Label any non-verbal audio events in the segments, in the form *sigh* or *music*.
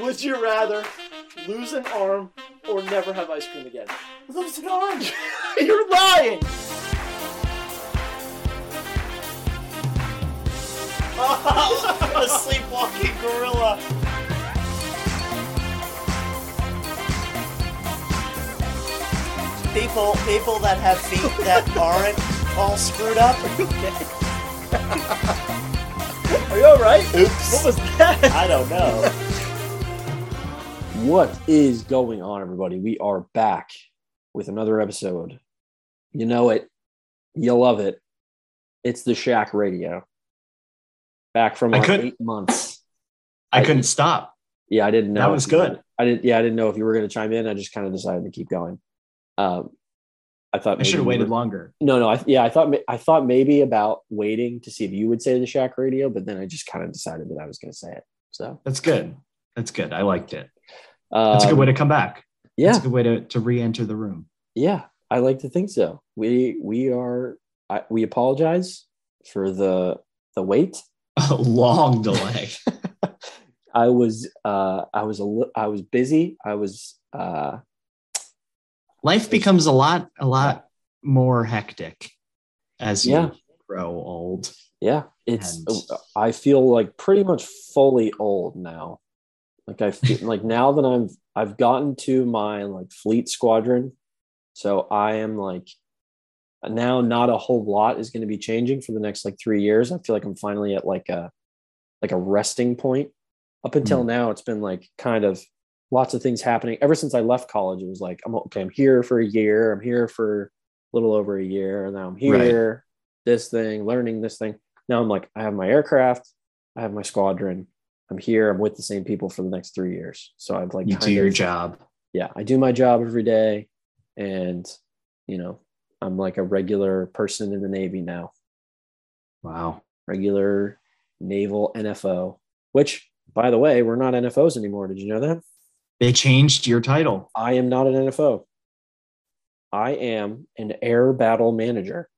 Would you rather lose an arm or never have ice cream again? Lose an arm. *laughs* You're lying! a sleepwalking gorilla. People, people that have feet that aren't all screwed up. Are you alright? What Oops. was that? I don't know. What is going on, everybody? We are back with another episode. You know it. You love it. It's the Shack Radio. Back from I our couldn't- eight months. I couldn't stop. Yeah, I didn't know. That was if you- good. I didn't. Yeah, I didn't know if you were going to chime in. I just kind of decided to keep going. Um, I thought I should maybe you have waited were- longer. No, no. I, yeah, I thought. ma- I thought maybe about waiting to see if you would say the Shack Radio, but then I just kind of decided that I was going to say it. So That's good. That's good. I liked it. uh, That's a good way to come back. Yeah, That's a good way to, to re-enter the room. *laughs* Yeah, I like to think so. We we are I, we apologize for the the wait. A long delay. I was uh I was a li- I was busy. I was uh Life becomes a lot, a lot more hectic as you Yeah. grow old. yeah, it's uh, And- I feel like pretty much fully old now. Like I feel like now that I'm I've gotten to my like fleet squadron. So I am like now not a whole lot is going to be changing for the next like 3 years. I feel like I'm finally at like a like a resting point. Up until Hmm. now it's been like kind of lots of things happening. Ever since I left college it was like I'm okay, I'm here for a year, I'm here for a little over a year, and now I'm Right. here this thing, learning this thing. Now I'm like I have my aircraft, I have my squadron. I'm here. I'm with the same people for the next three years. So I've like You kind do your of- job. yeah, I do my job every day, and you know, I'm like a regular person in the Navy now, Wow. regular naval NFO. Which, by the way, we're not NFOs anymore. Did you know that? They changed your title. I am not an NFO. I am an air battle manager.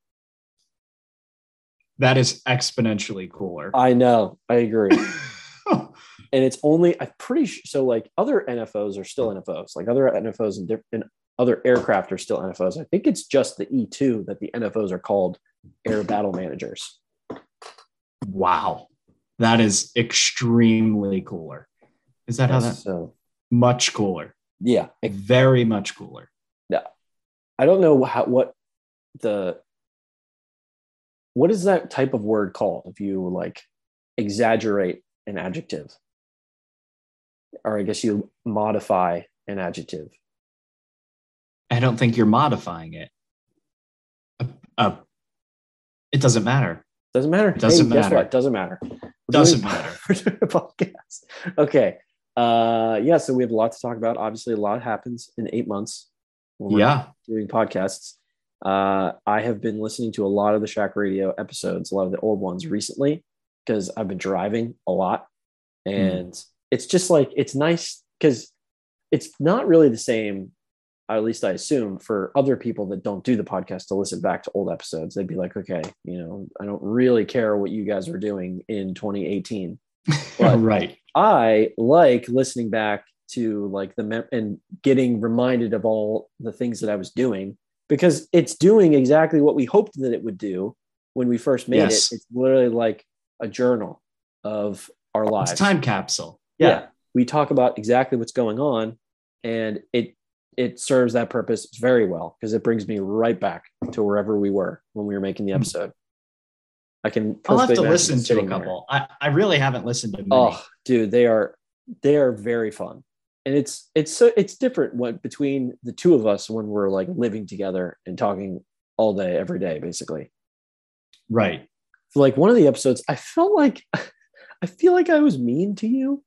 That is exponentially cooler. I know. I agree. oh, and it's only I'm pretty sure. So like other NFOs are still NFOs. Like other NFOs and, diff- and other aircraft are still NFOs. I think it's just the E two that the NFOs are called air battle managers. *laughs* wow. That is extremely cooler. Is that how that? So Much cooler. yeah, I, Very much cooler. I don't know how what the what is that type of word called if you like exaggerate an adjective, or I guess you modify an adjective. I don't think you're modifying it. Uh, uh, it doesn't matter. Doesn't matter. Doesn't Guess matter. what? Doesn't matter. We're doing- Doesn't matter. *laughs* we're doing a podcast. Okay. Uh, yeah. So we have a lot to talk about. Obviously, a lot happens in eight months. when we're *laughs* Yeah. Doing podcasts. Uh, I have been listening to a lot of the Shack Radio episodes, a lot of the old ones recently, because I've been driving a lot, and it's just like it's nice because it's not really the same. or At least I assume for other people that don't do the podcast to listen back to old episodes, they'd be like, okay, you know, I don't really care what you guys were doing in 2018. What? *laughs* right. I like listening back to like the mem- and getting reminded of all the things that I was doing because it's doing exactly what we hoped that it would do when we first made Yes. it. It's literally like a journal of our lives. It's time capsule. Yeah. Yeah. We talk about exactly what's going on and it it serves that purpose very well because it brings me right back to wherever we were when we were making the Hmm. episode. I can I'll have perfectly to imagine listen to a sitting there. couple. I, I really haven't listened to many. Oh, dude, they are they are very fun, and it's it's so it's different what between the two of us when we're like living together and talking all day every day, basically. Right. So, like one of the episodes, I felt like *laughs* I feel like I was mean to you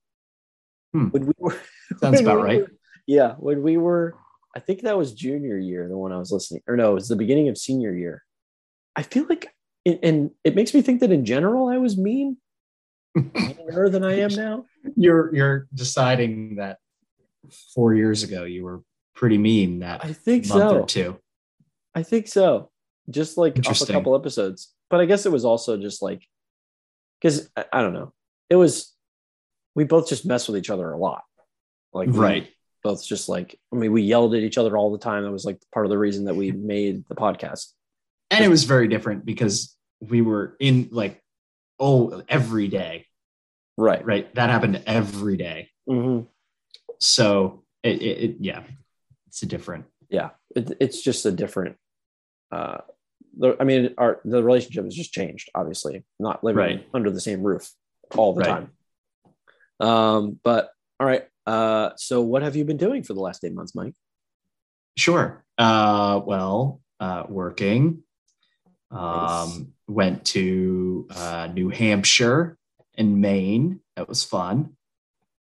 Hmm. when we were. *laughs* Sounds when about we right. were- yeah, when we were, I think that was junior year, the one I was listening, or no, it was the beginning of senior year. I feel like, and- and it makes me think that in general I was *laughs* mean, meaner than I am now. *laughs* You're you're deciding that four years ago you were pretty mean that I think month so. or two. I think so. Just like off a Interesting. couple episodes. But I guess it was also just like because I, I don't know. It was we both just mess with each other a lot. Like we right. both just like I mean we yelled at each other all the time. That was like part of the reason that we made the podcast. And it was very different because we were in like, oh, every day, Right. right? That happened every day. Mm-hmm. So it, it, it yeah, it's a different. Yeah. It, it's just a different. Uh, the, I mean, our the relationship has just changed. Obviously, not living Right. under the same roof all the Right. time. Um, but all right. Uh, so what have you been doing for the last eight months, Mike? Sure. Uh, well, uh, working. Um, went to uh, New Hampshire and Maine. That was fun.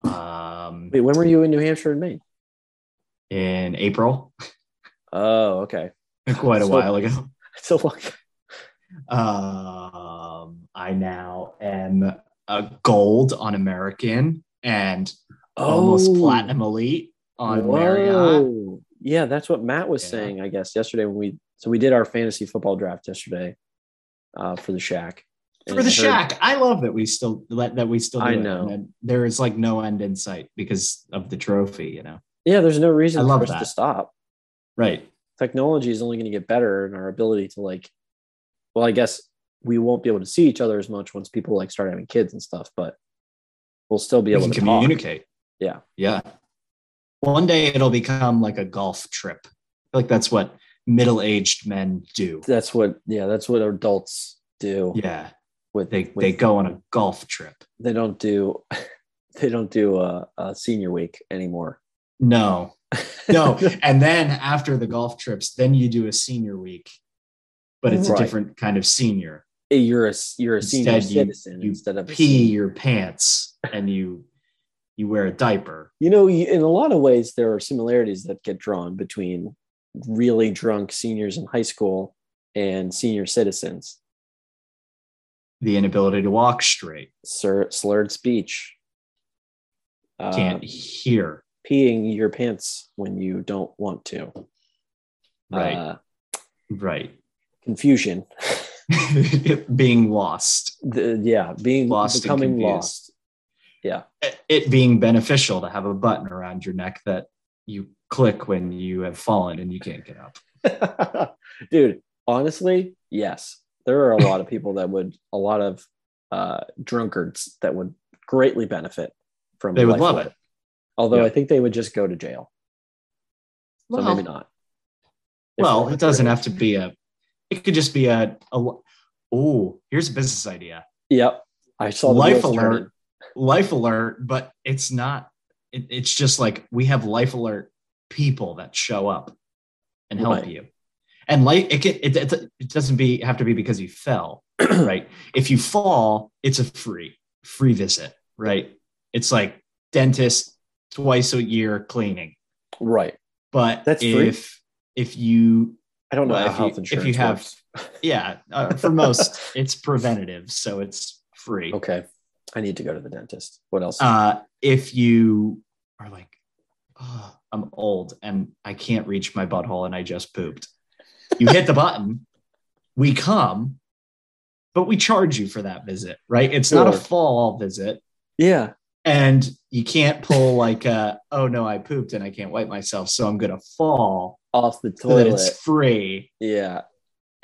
Um, Wait, when were you in New Hampshire and Maine? in April, *laughs* Oh, okay. *laughs* quite a So- while ago. So long. Um, I now am a gold on American and Oh, almost platinum elite on Marriott. Whoa. Yeah, that's what Matt was Yeah. saying, I guess, yesterday when we so we did our fantasy football draft yesterday uh, for the Shack. And For the I heard- Shack, I love that we still let that we still. Do I it. And know. then there is like no end in sight because of the trophy, you know. Yeah, there's no reason I love for us to that. stop. Right. Technology is only going to get better, and our ability to like, well, I guess we won't be able to see each other as much once people like start having kids and stuff, but we'll still be We able can to communicate. communicate. Yeah. Yeah. One day it'll become like a golf trip. I feel like that's what middle-aged men do. That's what, yeah, that's what adults do. Yeah. with They with they go on a golf trip. they don't do *laughs* they don't do uh, uh senior week anymore No, no. *laughs* and then after the golf trips, then you do a senior week, but it's Right. a different kind of senior. you're a you're a senior Instead, you- citizen you instead of a Pee senior. your pants and you you wear a diaper. you know you- in a lot of ways there are similarities that get drawn between really drunk seniors in high school and senior citizens The inability to walk straight, Slur, slurred speech uh, can't hear. peeing your pants when you don't want to Right, uh, right. *laughs* confusion being lost, The- yeah being Lost and becoming confused. lost yeah it being beneficial to have a button around your neck that you click when you have fallen and you can't get up. *laughs* dude honestly yes there are a lot of people that would a lot of uh drunkards that would greatly benefit from They would life love without- it. although Yeah. i think they would just go to jail so Well, maybe not If Well, they're it doesn't drunk. have to be a. It could just be a. a oh, here's a business idea. yep i saw the life wheels alert, turning. life alert, but it's not. It, it's just like we have life alert people that show up and help Right. you. And life, it can, it, it, it doesn't be have to be because you *clears throat* fell, right? If you fall, it's a free free visit, right? It's like dentist twice a year cleaning, right but That's free? if if you i don't know Well, how if health you- if insurance you have- works. yeah uh, for *laughs* most it's preventative so it's free okay i need to go to the dentist what else uh if you are like oh, i'm old and i can't reach my butthole and i just pooped you hit the button we come but we charge you for that visit right it's not a Sure. fall visit yeah and you can't pull like uh oh no i pooped and i can't wipe myself so i'm gonna fall off the so that toilet it's free yeah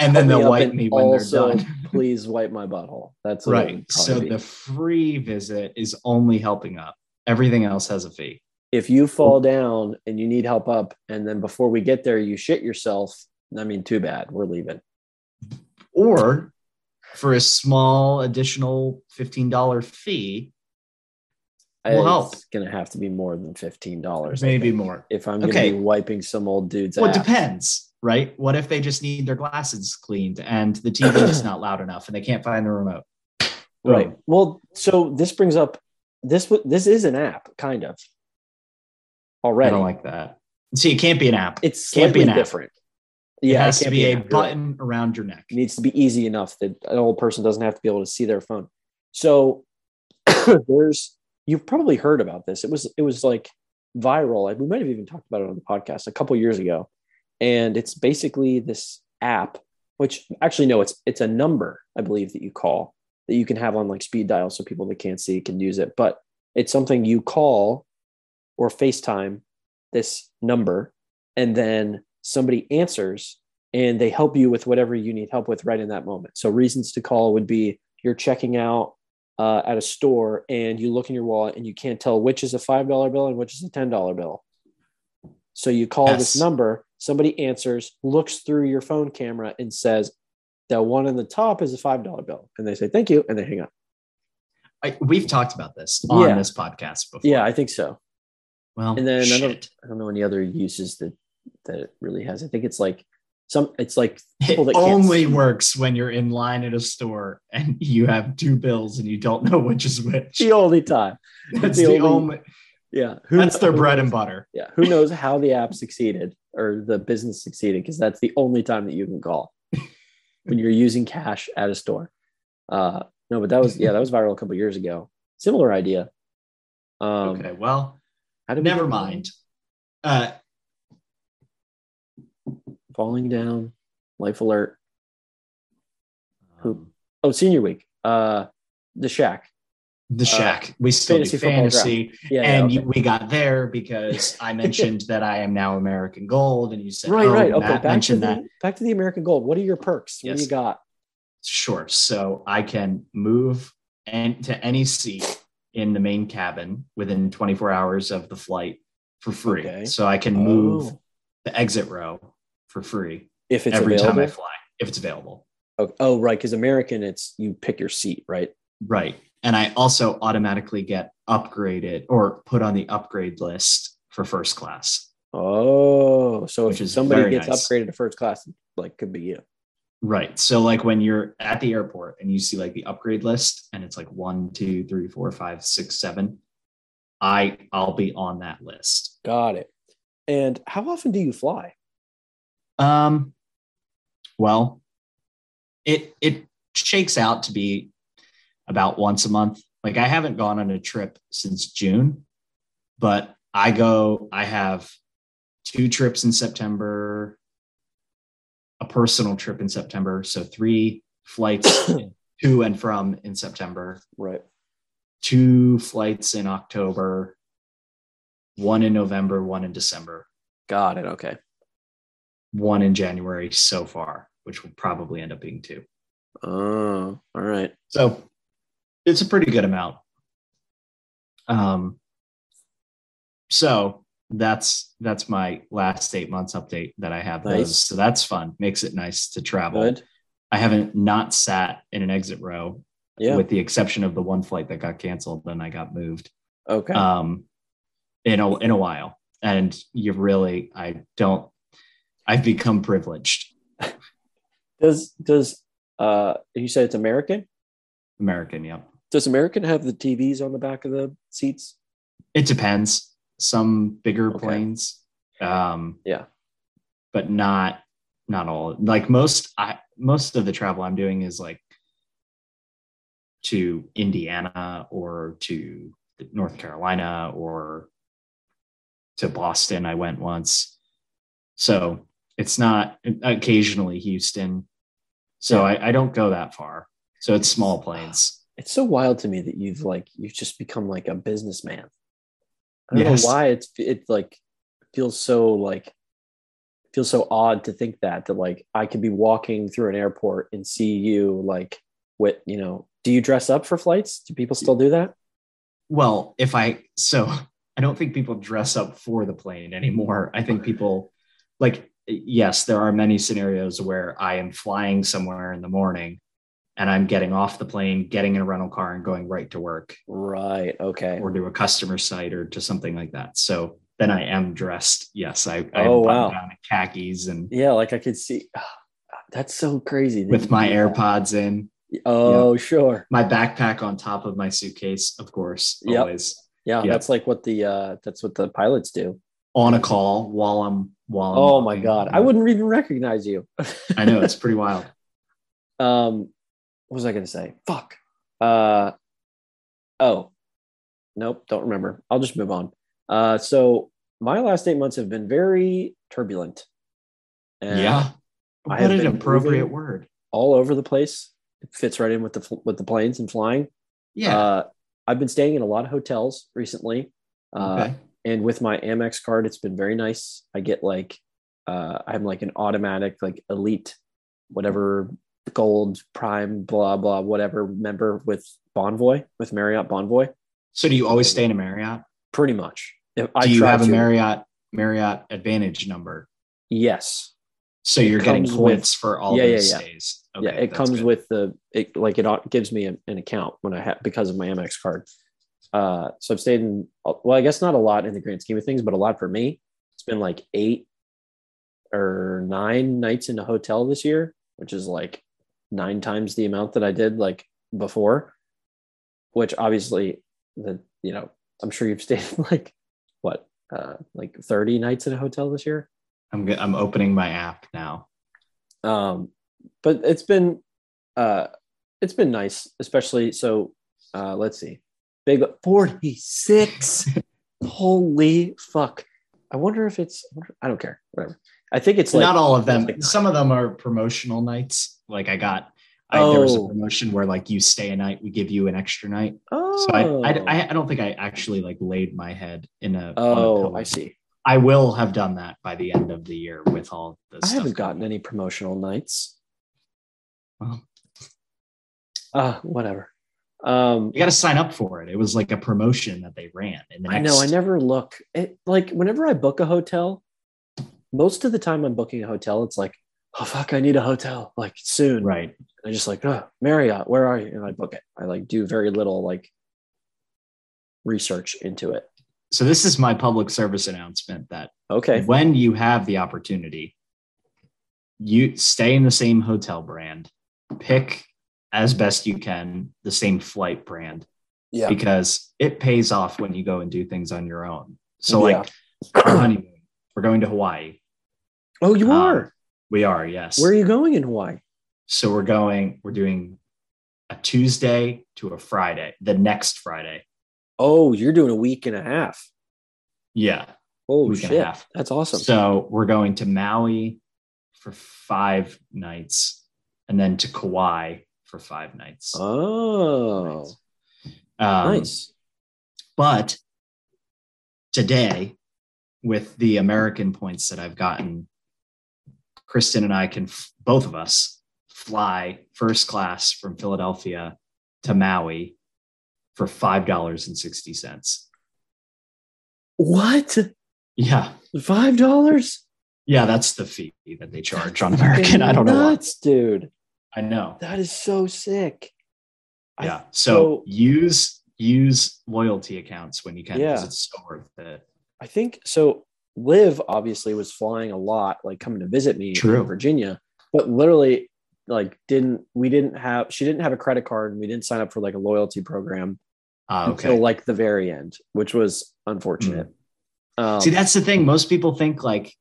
and then Help me they'll up wipe and me when also they're done *laughs* *laughs* please wipe my butthole that's what it right would probably so be. the free visit is only helping up everything else has a fee if you fall down and you need help up, and then before we get there, you shit yourself, I mean, too bad. We're leaving. or for a small additional $15 fee We'll help. It's going to have to be more than $15. I maybe think, more If I'm going to Okay. be wiping some old dude's well it ass. depends right what if they just need their glasses cleaned and the tv *coughs* is not loud enough and they can't find the remote Right. Boom. Well, so this brings up this, w- this is an app, kind of i already. don't like that so it can't be an app it it's Can't be slightly an app. different. Yeah. has it to can't be an a app. You're right. button around your neck It needs to be easy enough that an old person doesn't have to be able to see their phone. So *clears throat* there's you've probably heard about this. It was it was like viral. Like we might have even talked about it on the podcast a couple years ago. And it's basically this app, which actually no, it's it's a number, I believe, that you call that you can have on like speed dial so people that can't see can use it. But it's something you call or FaceTime this number, and then somebody answers and they help you with whatever you need help with right in that moment. So reasons to call would be you're checking out uh, at a store and you look in your wallet and you can't tell which is a five dollar bill and which is a ten dollar bill. So you call this Yes. number, somebody answers, looks through your phone camera and says, "The one on the top is a five dollar bill," and they say, "Thank you," and they hang up. I, we've talked about this on Yeah. this podcast before. Yeah, I think so. Well, And then I don't- shit. I don't know any other uses that that it really has. I think it's like some. It's *laughs* like people that It can't only see. works when you're in line at a store and you have two bills and you don't know which is which. the only time. That's the the only- only. Yeah, who *laughs* that's their kno- bread and butter. Yeah, who knows how the app succeeded or the business succeeded because that's the only time that you can *laughs* call when you're using cash at a store. Uh, no, but that was yeah, that was viral a couple years ago. Similar idea. Um, okay, well, how did we never get- mind. Uh, Falling down, life alert. um, Oh, senior week. Uh, the shack. the Shack. we still Uh, fantasy do football draft. fantasy, Yeah, yeah, and okay. you, we got there *laughs* because I mentioned that I am now American Gold, and you said, right, "Oh, right. Okay, Matt back to mentioned the that." back to the American Gold. What are your perks? What do Yes. you got? Sure. So I can move and to any seat in the main cabin within 24 hours of the flight for free. Okay. So I can move Oh. the exit row for free if it's every available. time I fly, if it's available. Oh, oh, right, because American, it's you pick your seat, right? Right. And I also automatically get upgraded or put on the upgrade list for first class. Oh, so Which if is somebody very gets nice. upgraded to first class, like could be you. Right. So like when you're at the airport and you see like the upgrade list and it's like one, two, three, four, five, six, seven. I I'll be on that list. Got it. And how often do you fly? Um, well, it it shakes out to be about once a month. Like I haven't gone on a trip since June, but I go. I have two trips in September, a personal trip in September, so three flights to and from in September, Right. two flights in October, one in November, one in December Got it. Okay. one in January so far, which will probably end up being two. Oh, all right. So it's a pretty good amount. Um, so that's that's my last eight months update that I have. Nice. Those. So that's fun. Makes it nice to travel. Good. I haven't not sat in an exit row, Yeah. with the exception of the one flight that got canceled and I got moved. okay. um, in a in a while. And you really, I don't. I've become privileged does does uh you said it's American? American. Yep. Does American have the TVs on the back of the seats? It depends. Some bigger Okay. planes. Um, Yeah. But not not all. Like most I most of the travel I'm doing is like to Indiana or to North Carolina or to Boston. I went once. So it's not occasionally Houston. So I, I don't go that far. So it's small planes. It's so wild to me that you've like you've just become like a businessman. I don't Yes. know why it's it like feels so like feels so odd to think that that like I could be walking through an airport and see you like what you know. Do you dress up for flights? Do people still do that? Well, if I so *laughs* I don't think people dress up for the plane anymore. I think people like yes, there are many scenarios where I am flying somewhere in the morning and I'm getting off the plane, getting in a rental car and going right to work Right. Okay. or to a customer site or to something like that. So then I am dressed. Yes, I, I Oh, wow. am buttoned down in khakis and Yeah, like I could see. ah, That's so crazy. that you with my do that. AirPods in, Oh, sure. my backpack on top of my suitcase, of course, Yep. always. Yeah, Yeah. that's like what the uh that's what the pilots do. on a call while I'm while I'm Oh my walking. god, I wouldn't even recognize you. I know it's pretty *laughs* wild. Um, what was I gonna say? Fuck. Uh, oh, nope, don't remember. I'll just move on. Uh, so my last eight months have been very turbulent. And yeah. I what have an been appropriate moving- word. all over the place. It fits right in with the fl- with the planes and flying. Yeah. Uh, I've been staying in a lot of hotels recently. Uh, okay. and with my Amex card, it's been very nice. I get like uh, I'm like an automatic like elite, whatever gold prime blah blah whatever member with Bonvoy with Marriott Bonvoy. So do you always stay in a Marriott? Pretty much. If I Do you try have a to- Marriott Marriott Advantage number? Yes. So It you're getting comes with- points for all Yeah, yeah, those yeah. stays. yeah, it that's comes good. with the it like it au- gives me an, an account when I have because of my Amex card. Uh, so I've stayed in well, I guess not a lot in the grand scheme of things, but a lot for me. It's been like eight or nine nights in a hotel this year, which is like nine times the amount that I did like before. Which obviously, the you know, I'm sure you've *laughs* stayed like what uh, like 30 nights in a hotel this year. I'm go- I'm opening my app now. um but it's been uh it's been nice especially so uh let's see big 46 holy fuck i wonder if it's i don't care whatever i think it's like Not all of them. like- Some of them are promotional nights. Like I got, I, there was a Oh. promotion where like you stay a night, we give you an extra night. oh So I, I, I- I don't think I actually like laid my head in a. on a oh pillow. i see I will have done that by the end of the year with all the i stuff. haven't gotten any promotional nights Wow. uh whatever um You got to sign up for it. It was like a promotion that they ran. In the I next, know. I never look. It, like whenever I book a hotel, most of the time I'm booking a hotel, it's like, oh fuck, I need a hotel like soon. Right. And I just like, oh, Marriott, where are you? And I book it. I like do very little like research into it. So this is my public service announcement that Okay. when you have the opportunity, you stay in the same hotel brand, pick as best you can the same flight brand Yeah. because it pays off when you go and do things on your own. So like our Yeah. honeymoon, we're going to Hawaii. oh, you Um, are. We are, yes. Where are you going in Hawaii? So we're going, we're doing a Tuesday to a Friday, the next Friday. Oh, you're doing a week and a half. Yeah. Oh week and a shit, half. that's awesome. So we're going to Maui for five nights and then to Kauai for five nights. oh, Um, nice. But today, with the American points that I've gotten, Kristen and I can, f- both of us, fly first class from Philadelphia to Maui for $5.60. What? Yeah. Five dollars? Yeah, that's the fee that they charge on American. I don't know. why. Nuts, dude. I know. That is so sick. I- Yeah. So, use use loyalty accounts when you can because Yeah. it's so worth it. I think so. Liv obviously was flying a lot, like coming to visit me True. in Virginia, but literally, like, didn't we didn't have she didn't have a credit card and we didn't sign up for like a loyalty program Uh, okay. until like the very end, which was unfortunate. Um, Hmm. See, that's the thing. Most people think like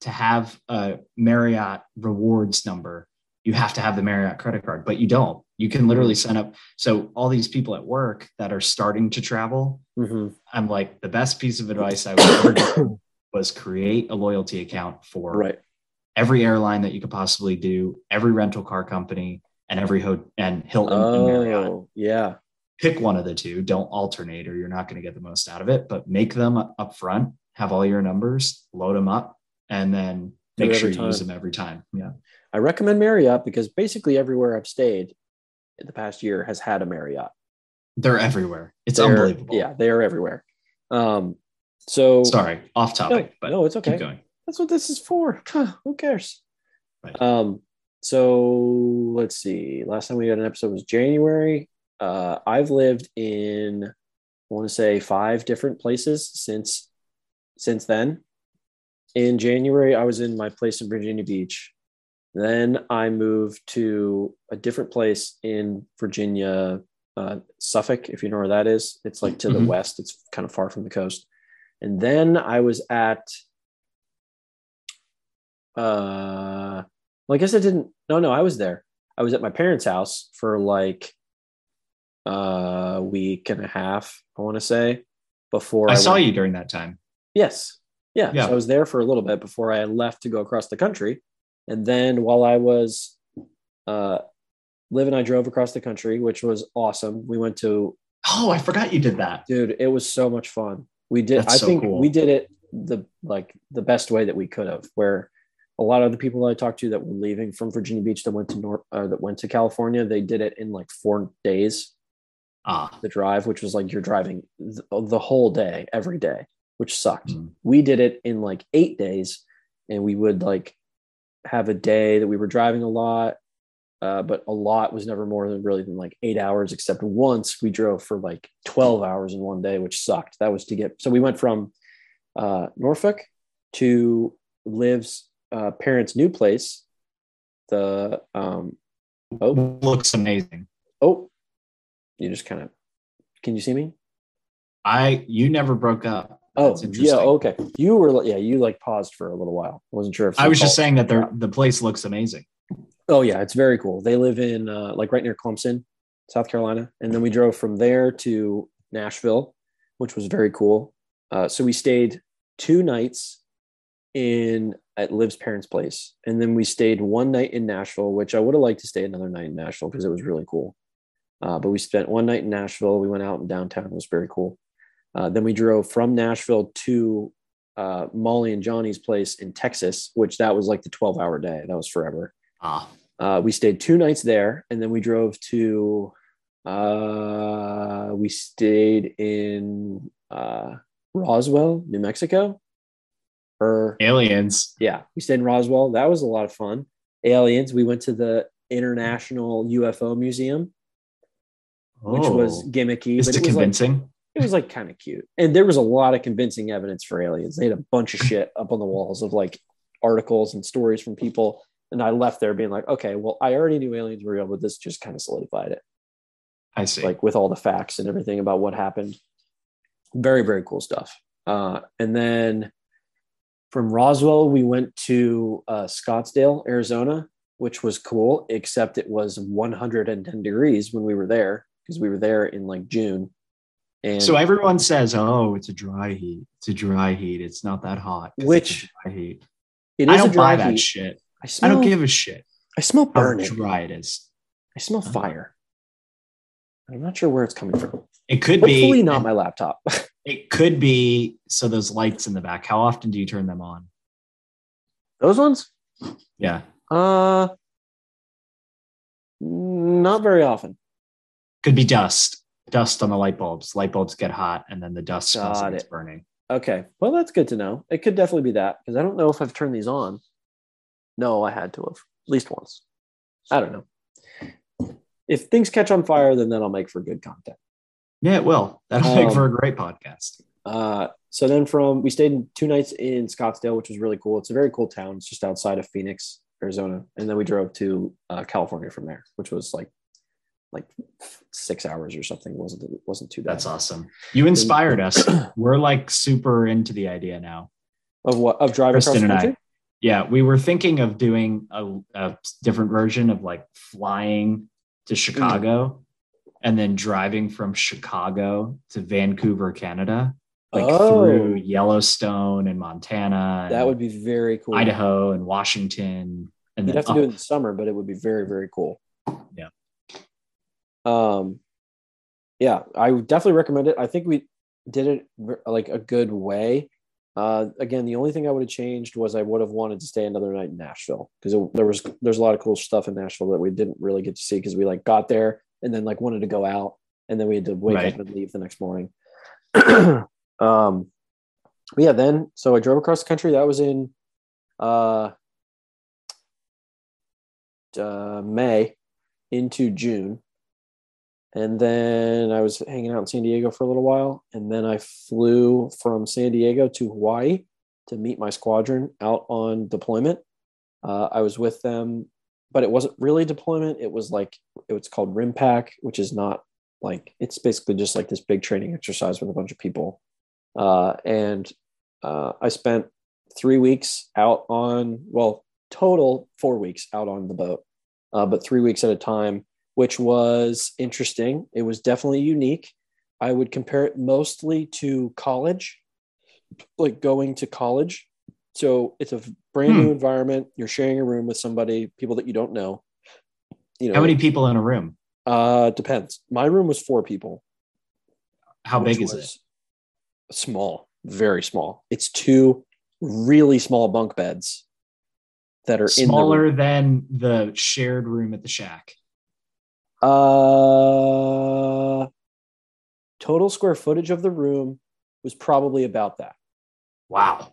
to have a Marriott rewards number, you have to have the Marriott credit card, but you don't. You can literally sign up. So all these people at work that are starting to travel, mhm. I'm like the best piece of advice I would ever give *coughs* was create a loyalty account for right. every airline that you could possibly do, every rental car company, and every ho- and Hilton and Marriott. Oh, yeah. Pick one of the two. Don't alternate, or you're not going to get the most out of it. But make them up front. Have all your numbers. Load them up, and then Do make it sure every you use time. them every time. Yeah. I recommend Marriott because basically everywhere I've stayed in the past year has had a Marriott. They're everywhere. It's They're- unbelievable. Yeah, they are everywhere. Um, so Sorry, off no, topic, but no, it's okay. keep going. That's what this is for. *laughs* Huh, who cares? Right. Um, so let's see. Last time we had an episode was January. Uh, I've lived in, I want to say five different places since since then. In January, I was in my place in Virginia Beach. Then I moved to a different place in Virginia, uh, Suffolk, if you know where that is. It's like to the Mhm. west. It's kind of far from the coast. And then I was at uh well, I guess I didn't. No, no, I was there. I was at my parents' house for like a week and a half, I want to say, before I saw went- you during that time. Yes. Yeah. Yeah. So I was there for a little bit before I left to go across the country. And then while I was, uh, Liv and I drove across the country, which was awesome. We went to, Oh, I forgot you did that. dude, it was so much fun. we did That's i so think cool. we did it the like the best way that we could have where a lot of the people i talked to that were leaving from virginia beach that went to north or that went to california they did it in like four days Ah, the drive which was like you're driving th- the whole day every day which sucked Mm. we did it in like eight days and we would like have a day that we were driving a lot uh, but a lot was never more than really than like eight hours except once we drove for like 12 hours in one day which sucked that was to get so we went from uh, norfolk to liv's uh, parents new place the um oh looks amazing. oh you just kind of can you see me I you never broke up. Oh, That's yeah, interesting. okay. You were, li- yeah, you like paused for a little while. I wasn't sure if I you was just called. saying that the the place looks amazing. Oh yeah, it's very cool. They live in uh, like right near Clemson, South Carolina, and then we drove from there to Nashville, which was very cool. Uh, so we stayed two nights in at Liv's parents' place, and then we stayed one night in Nashville, which I would have liked to stay another night in Nashville because it was really cool. Uh, but we spent one night in Nashville. We went out in downtown; it was very cool. Uh, then we drove from Nashville to uh, Molly and Johnny's place in Texas, which that was like the twelve-hour day. That was forever. Ah, Uh, we stayed two nights there, and then we drove to. Uh, we stayed in uh, Roswell, New Mexico. Or aliens. yeah, we stayed in Roswell. That was a lot of fun. Aliens. We went to the International UFO Museum, which was Oh. gimmicky, is but it it was like convincing? it was like kind of cute. And there was a lot of convincing evidence for aliens. They had a bunch of shit up on the walls of like articles and stories from people. And I left there being like, okay, well, I already knew aliens were real, but this just kind of solidified it, I see. like with all the facts and everything about what happened. Very, very cool stuff. Uh, and then from Roswell, we went to uh, Scottsdale, Arizona, which was cool, except it was 110 degrees when we were there because we were there in like June. And so everyone says, "Oh, it's a dry heat. It's a dry heat. It's not that hot." 'cause Which- it's a dry heat. it I is a don't dry buy that heat. shit. I, I smell, don't give a shit I smell how burning. dry it is. I smell fire. I'm not sure where it's coming from. It could Hopefully be. not my laptop. *laughs* It could be. So those lights in the back. How often do you turn them on? Those ones? Yeah, Uh not very often. could be dust. Dust on the light bulbs. Light bulbs get hot, and then the dust smells Got like it's it. burning. Okay. Well, that's good to know. It could definitely be that because I don't know if I've turned these on. No, I had to have at least once. I don't know. If things catch on fire, then that'll make for good content. Yeah, it will. That'll make Um, for a great podcast. Uh, so then from we stayed in two nights in Scottsdale, which was really cool. It's a very cool town. It's just outside of Phoenix, Arizona, and then we drove to uh, California from there, which was like like six hours or something. It wasn't it wasn't too bad. That's awesome. You inspired us. We're like super into the idea now. Of what of driving across Kristen the and I. country? Yeah, we were thinking of doing a, a different version of like flying to Hmm. Chicago and then driving from Chicago to Vancouver, Canada, like Oh. through Yellowstone and Montana, That and would be very cool. Idaho and Washington, and You'd then oh, have to up. do it in the summer, but it would be very very cool. Yeah. Um. Yeah, I would definitely recommend it. I think we did it ver- like a good way. Uh, again, the only thing I would have changed was I would have wanted to stay another night in Nashville because there was there's a lot of cool stuff in Nashville that we didn't really get to see because we like got there and then like wanted to go out and then we had to wake Right. up and leave the next morning. *clears throat* um, but yeah, then so I drove across the country. That was in uh, uh, May into June. And then I was hanging out in San Diego for a little while. And then I flew from San Diego to Hawaii to meet my squadron out on deployment. Uh, I was with them, but it wasn't really deployment. It was like, it was called RIM Pack, which is not like, it's basically just like this big training exercise with a bunch of people. Uh, and uh, I spent three weeks out on, well, total four weeks out on the boat, uh, but three weeks at a time which was interesting. It was definitely unique. I would compare it mostly to college, like going to college. So it's a brand Hmm. new environment. You're sharing a room with somebody, people that you don't know. You know, How many people in a room? Uh, depends. My room was four people. How which big is was- small, very small. It's two really small bunk beds that are in the Smaller than the shared room at the shack. Uh, total square footage of the room was probably about that. Wow.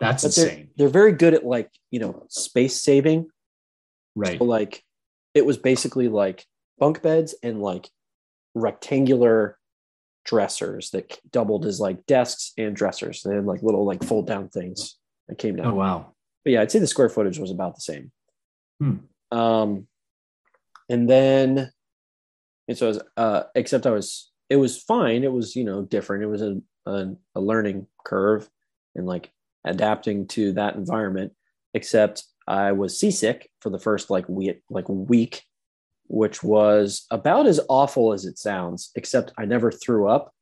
That's But they're, insane. they're very good at like, you know, space saving. Right. But like, it was basically like bunk beds and like rectangular dressers that doubled as like desks and dressers. They had like little like fold down things that came down. Oh wow. but yeah, I'd say the square footage was about the same. Hmm. Um, and then, and so, I was, uh, except I was, it was fine. It was, you know, different. It was a, a, a learning curve and like adapting to that environment, except I was seasick for the first like we like week, which was about as awful as it sounds, except I never threw up.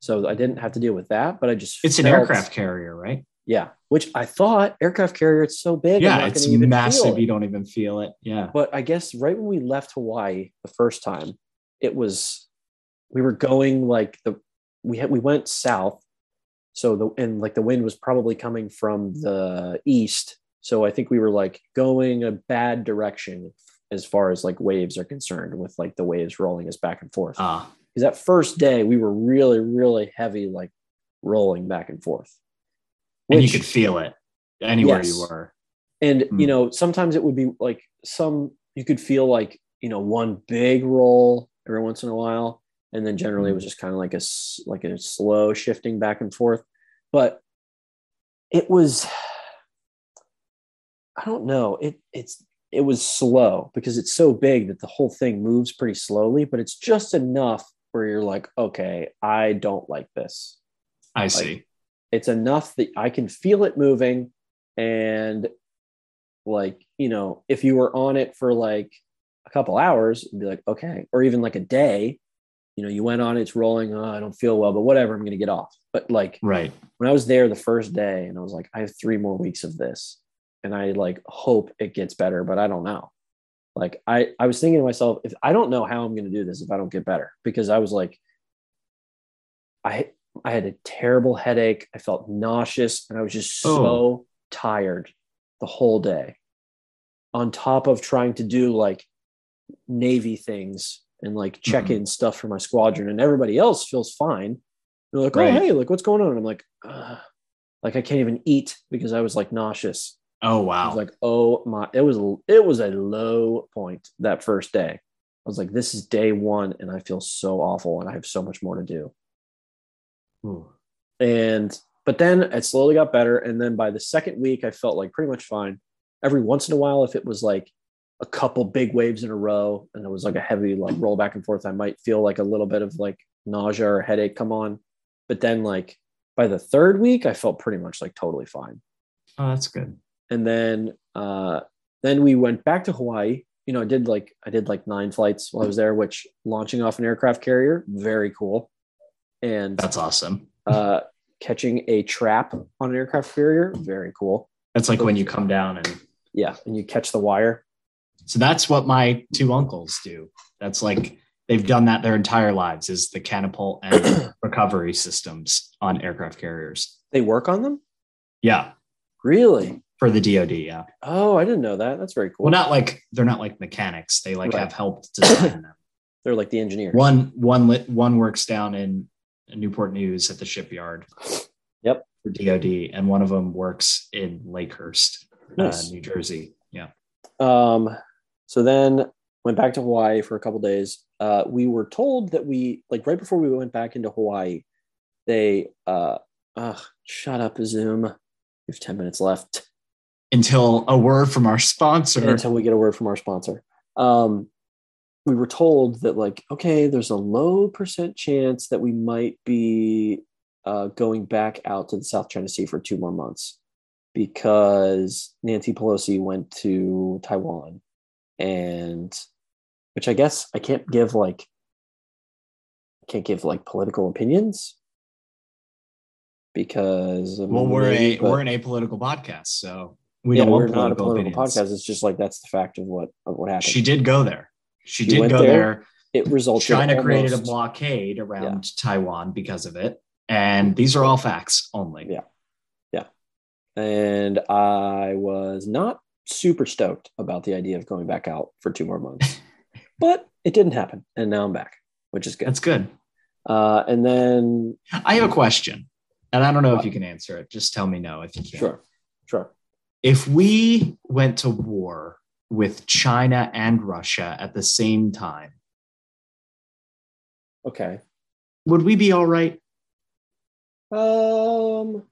So I didn't have to deal with that, but I just It's an felt- aircraft carrier, right? yeah, which I thought aircraft carrier. It's so big. I'm yeah, not it's gonna even feel massive. it. You don't even feel it. Yeah. But I guess right when we left Hawaii the first time, it was we were going like the we had we went south, so the and like the wind was probably coming from the east. So I think we were like going a bad direction as far as like waves are concerned, with like the waves rolling us back and forth. Ah, Because that first day we were really really heavy, like rolling back and forth. and you Which- could feel it anywhere Yes. you were. and Hmm. you know sometimes it would be like some you could feel like you know one big roll every once in a while and then generally it was just kind of like a s- like a slow shifting back and forth but it was i don't know it it's it was slow because it's so big that the whole thing moves pretty slowly but it's just enough where you're like okay i don't like this I see. it's enough that I can feel it moving and like you know if you were on it for like a couple hours it'd be like okay or even like a day you know you went on it's rolling oh, I don't feel well but whatever I'm going to get off but like right. when I was there the first day and I was like I have 3 more weeks of this and I like hope it gets better but I don't know like I I was thinking to myself if I don't know how I'm going to do this if I don't get better because I was like I I had a terrible headache. I felt nauseous and I was just so Oh. tired the whole day. On top of trying to do like Navy things and like check in stuff for my squadron, and everybody else feels fine. They're like, oh, Right. hey, like, what's going on? And I'm like, Ugh. like, I can't even eat because I was like nauseous. Oh I wow. was like, oh my, it was, it was a low point that first day. I was like, this is day one and I feel so awful and I have so much more to do Ooh. and but then it slowly got better and then by the second week i felt like pretty much fine every once in a while if it was like a couple big waves in a row and it was like a heavy like roll back and forth i might feel like a little bit of like nausea or headache come on but then like by the third week i felt pretty much like totally fine Oh, that's good. and then uh then we went back to hawaii you know i did like i did like nine flights while i was there which launching off an aircraft carrier very cool and That's awesome. uh, catching a trap on an aircraft carrier. Very cool. That's like when you come down and Yeah, and you catch the wire. so that's what my two uncles do. That's like they've done that their entire lives is the catapult *clears throat* and recovery systems on aircraft carriers. They work on them. Yeah. Really? For the DOD, yeah. Oh, I didn't know that. That's very cool. Well, not like they're not like mechanics. They like Right. have helped design them. They're like the engineers. One one lit one works down in Newport News at the shipyard. Yep. For DOD, and one of them works in Lakehurst, Nice. uh, New Jersey. Yeah. Um, so then went back to Hawaii for a couple days. Uh, we were told that we like right before we went back into Hawaii, they uh, ugh, shut up Zoom. We have ten minutes left. Until a word from our sponsor. until we get a word from our sponsor. Um, we were told that like, okay, there's a low percent chance that we might be uh, going back out to the South China Sea for two more months because Nancy Pelosi went to Taiwan, and which I guess I can't give like I can't give like political opinions because well, we're a but- we're an apolitical podcast, so we yeah, don't want we're not a political, political opinions. podcast. It's just like that's the fact of what of what happened. She did go there. She, She did went go there. there. it resulted. China created a almost- blockade around Taiwan because of it, And these are all facts only. Yeah. and I was not super stoked about the idea of going back out for two more *laughs* months, but it didn't happen, and now I'm back, which is good. That's good. Uh, and then I have a question, and I don't know if you can answer it. Just tell me no if you can. sure, sure. If we went to war with China and Russia at the same time, Okay. would we be all right? Um,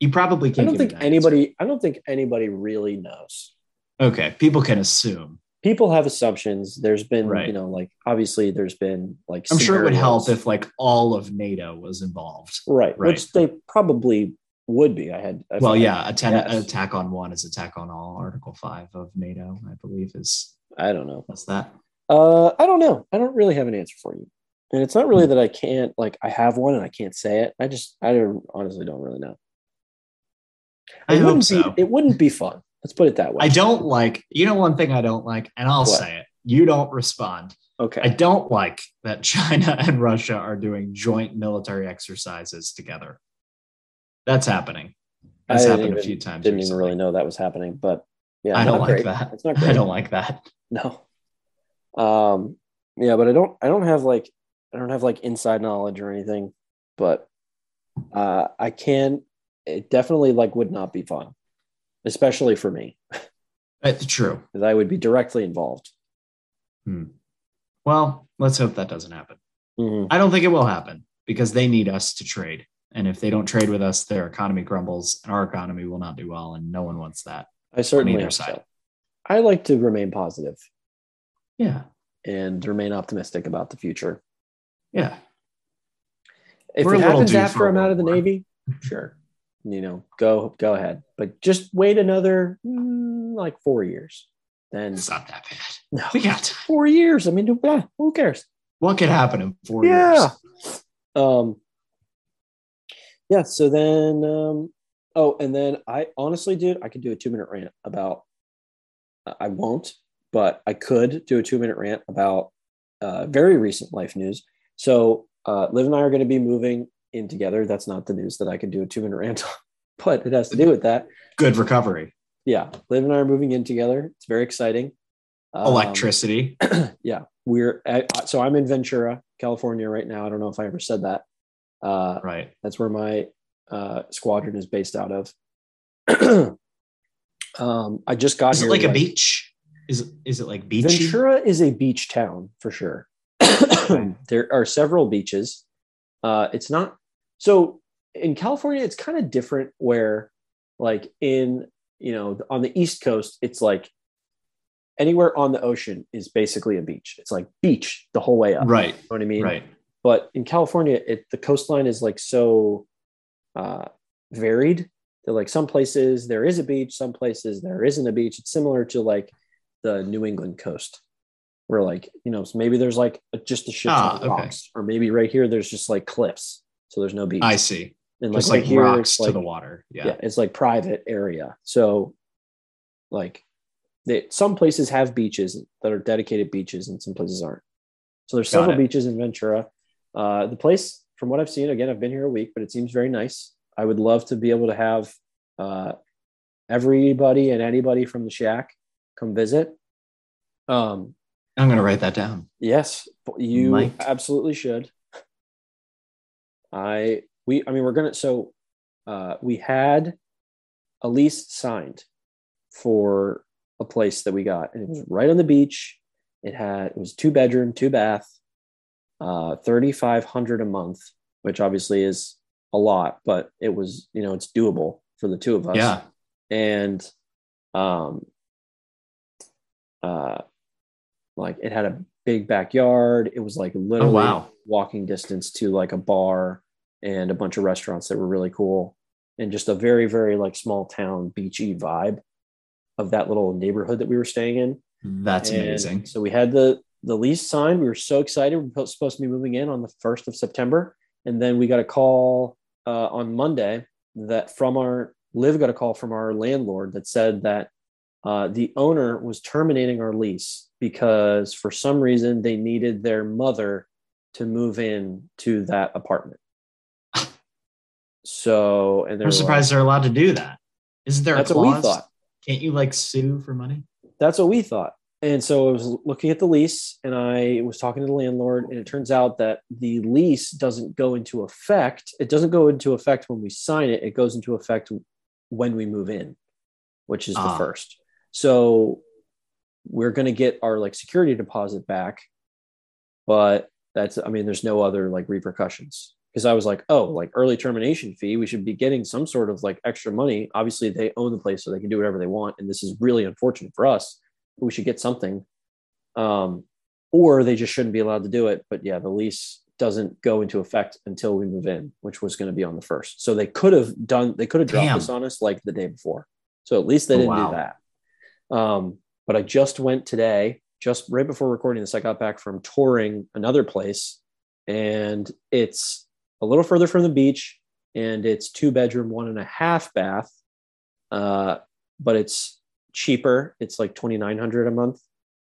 You probably I can't. don't give me think an answer. anybody. I don't think anybody really knows. Okay, people can assume. People have assumptions. There's been, Right. you know, like obviously there's been like. I'm sure it would help scenarios. if like all of NATO was involved. right, Right. which they probably would be. I had. if well, I- yeah, atta- yes. attack on one is attack on all. Article five of NATO, I believe, is I don't know. that's that. Uh, I don't know. I don't really have an answer for you, and it's not really Hmm. that I can't. Like, I have one and I can't say it. I just, I don't, honestly don't really know. I it hope wouldn't so. Be, it wouldn't be fun. Let's put it that way. I don't like. You know, one thing I don't like, and I'll What? say it. You don't respond. Okay. I don't like that *laughs* China and Russia are doing joint military exercises together. That's happening. I That's didn't happened a even- few times. didn't even recently. really know that was happening, but yeah, I don't not like great. that. It's not *laughs* I great. don't like that. No. Um. Yeah, but I don't. I don't have like. I don't have like inside knowledge or anything, but uh, I can. It definitely like would not be fun, especially for me, That's Uh, true. because I would be directly involved. Well, let's hope that doesn't happen. Mhm. I don't think it will happen because they need us to trade. And if they don't trade with us, their economy crumbles and our economy will not do well. And no one wants that. I certainly either hope so. side. I like to remain positive Yeah. and remain optimistic about the future. Yeah. If We're a it little happens due after for a I'm out of the war. Navy, sure. You know, go go ahead, but just wait another mm, like four years. Then It's not that bad. no, We got time. four years. I mean, yeah, who cares? What could happen in four Yeah. years? Um, yeah. So then, um, oh, and then I honestly, dude, I could do a two minute rant about. I- I won't, but I could do a two minute rant about uh, very recent life news. So uh, Liv and I are going to be moving in together. That's not the news that I could do a two minute rant *laughs* on, but it has to do with that. Good recovery. Yeah, Liv and I are moving in together. It's very exciting. Um, Electricity. yeah we're at, so i'm in ventura california right now i don't know if i ever said that uh, right. that's where my uh, squadron is based out of *clears throat* um, i just got Is here it like a beach? Is it, is it like beachy? ventura is a beach town for *clears throat* sure there are several beaches uh, it's not so in california it's kind of different where like in you know on the east coast it's like anywhere on the ocean is basically a beach it's like beach the whole way up Right. you know what i mean Right. but in California, it the coastline is like so uh, varied that like some places there is a beach, some places there isn't a beach. It's similar to like the New England coast, where like you know maybe there's like a, just a shit ton Ah, of okay. rocks, or maybe right here there's just like cliffs, so there's no beach. I see. and Just right like rocks it's, to like- the water. yeah. Yeah. it's like private area so like they, some places have beaches that are dedicated beaches and some places aren't so there's Got several it. beaches in ventura uh, the place from what i've seen again i've been here a week but it seems very nice i would love to be able to have uh, everybody and anybody from the shack come visit um, I'm going to write that down. Yes, but you Might. absolutely should. I we I mean we're gonna so uh, we had a lease signed for a place that we got, and it was right on the beach. It had it was two bedroom, two bath, uh, thirty five hundred a month, which obviously is a lot, but it was you know it's doable for the two of us Yeah. and um uh like it had a big backyard it was like Oh, literally wow. walking distance to like a bar and a bunch of restaurants that were really cool and just a very very like small town beachy vibe of that little neighborhood that we were staying in That's And amazing. so we had the the lease signed we were so excited we were supposed to be moving in on the 1st of september and then we got a call uh, on monday that from our liv got a call from our landlord that said that uh, the owner was terminating our lease because for some reason they needed their mother to move in to that *laughs* apartment. So, and they're I'm surprised they're allowed to do that. Isn't there like, that's a what clause? we thought. Can't you like sue for money? That's what we thought. And so I was looking at the lease and I was talking to the landlord, and it turns out that the lease doesn't go into effect. It doesn't go into effect when we sign it, it goes into effect when we move in, which is the Ah. first. So we're going to get our like security deposit back, but that's, I mean, there's no other like repercussions. Because I was like, oh, like early termination fee, we should be getting some sort of like extra money. Obviously, they own the place, so they can do whatever they want. And this is really unfortunate for us we should get something. Um, or they just shouldn't be allowed to do it. But yeah, the lease doesn't go into effect until we move in, which was going to be on the first. So they could have done, they could have dropped Damn. this on us like the day before. So at least they Oh, didn't wow. do that. Um, but I just went today, just right before recording this, I got back from touring another place and it's a little further from the beach and it's two bedroom, one and a half bath. Uh, but it's cheaper. It's like 2,900 a month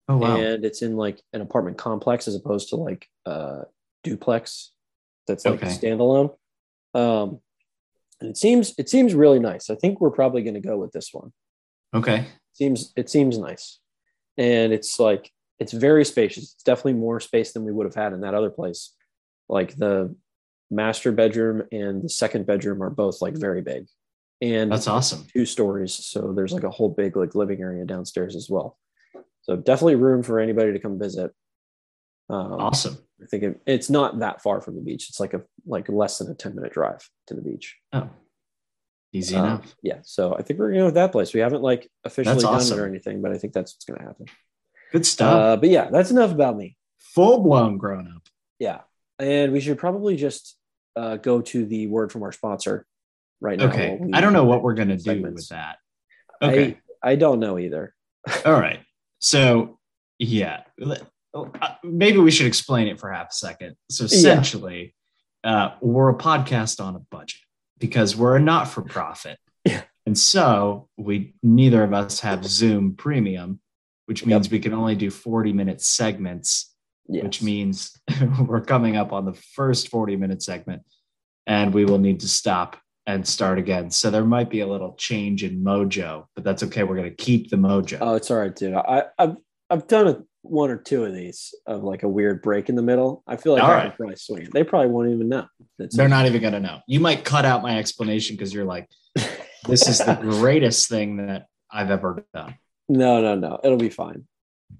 Oh wow. and it's in like an apartment complex as opposed to like a duplex that's like Okay. standalone um and it seems it seems really nice i think we're probably going to go with this one okay. seems it seems nice and it's like it's very spacious it's definitely more space than we would have had in that other place like the master bedroom and the second bedroom are both like very big and That's awesome. two stories so there's like a whole big like living area downstairs as well so definitely room for anybody to come visit um, Awesome. i think it, it's not that far from the beach it's like a like less than a 10 minute drive to the beach Oh. Easy Um, enough. yeah so i think we're going to go with that place we haven't like officially That's done it awesome. or anything but i think that's what's going to happen Good stuff. uh, but yeah that's enough about me Full blown grown up. yeah and we should probably just uh, go to the word from our sponsor right now Okay. while we- I don't know what we're gonna do segments. with that. I- Okay. I don't know either All right. So, yeah, Let- uh, maybe we should explain it for half a second. So, essentially, uh, we're a podcast on a budget because we're a not for profit. Yeah. And so, we neither of us have Zoom premium, which means we can only do 40 minute segments, yeah which means *laughs* we're coming up on the first 40 minute segment and we will need to stop and start again. So, there might be a little change in mojo, but that's okay. We're going to keep the mojo. Oh, it's all right, dude. I, I've I've done a, one or two of these of like a weird break in the middle. I feel like All I right. could probably swing. it. They probably won't even know. That's They're not even going to know. You might cut out my explanation because you're like, this *laughs* is the greatest thing that I've ever done. *laughs* No, no, no. It'll be fine.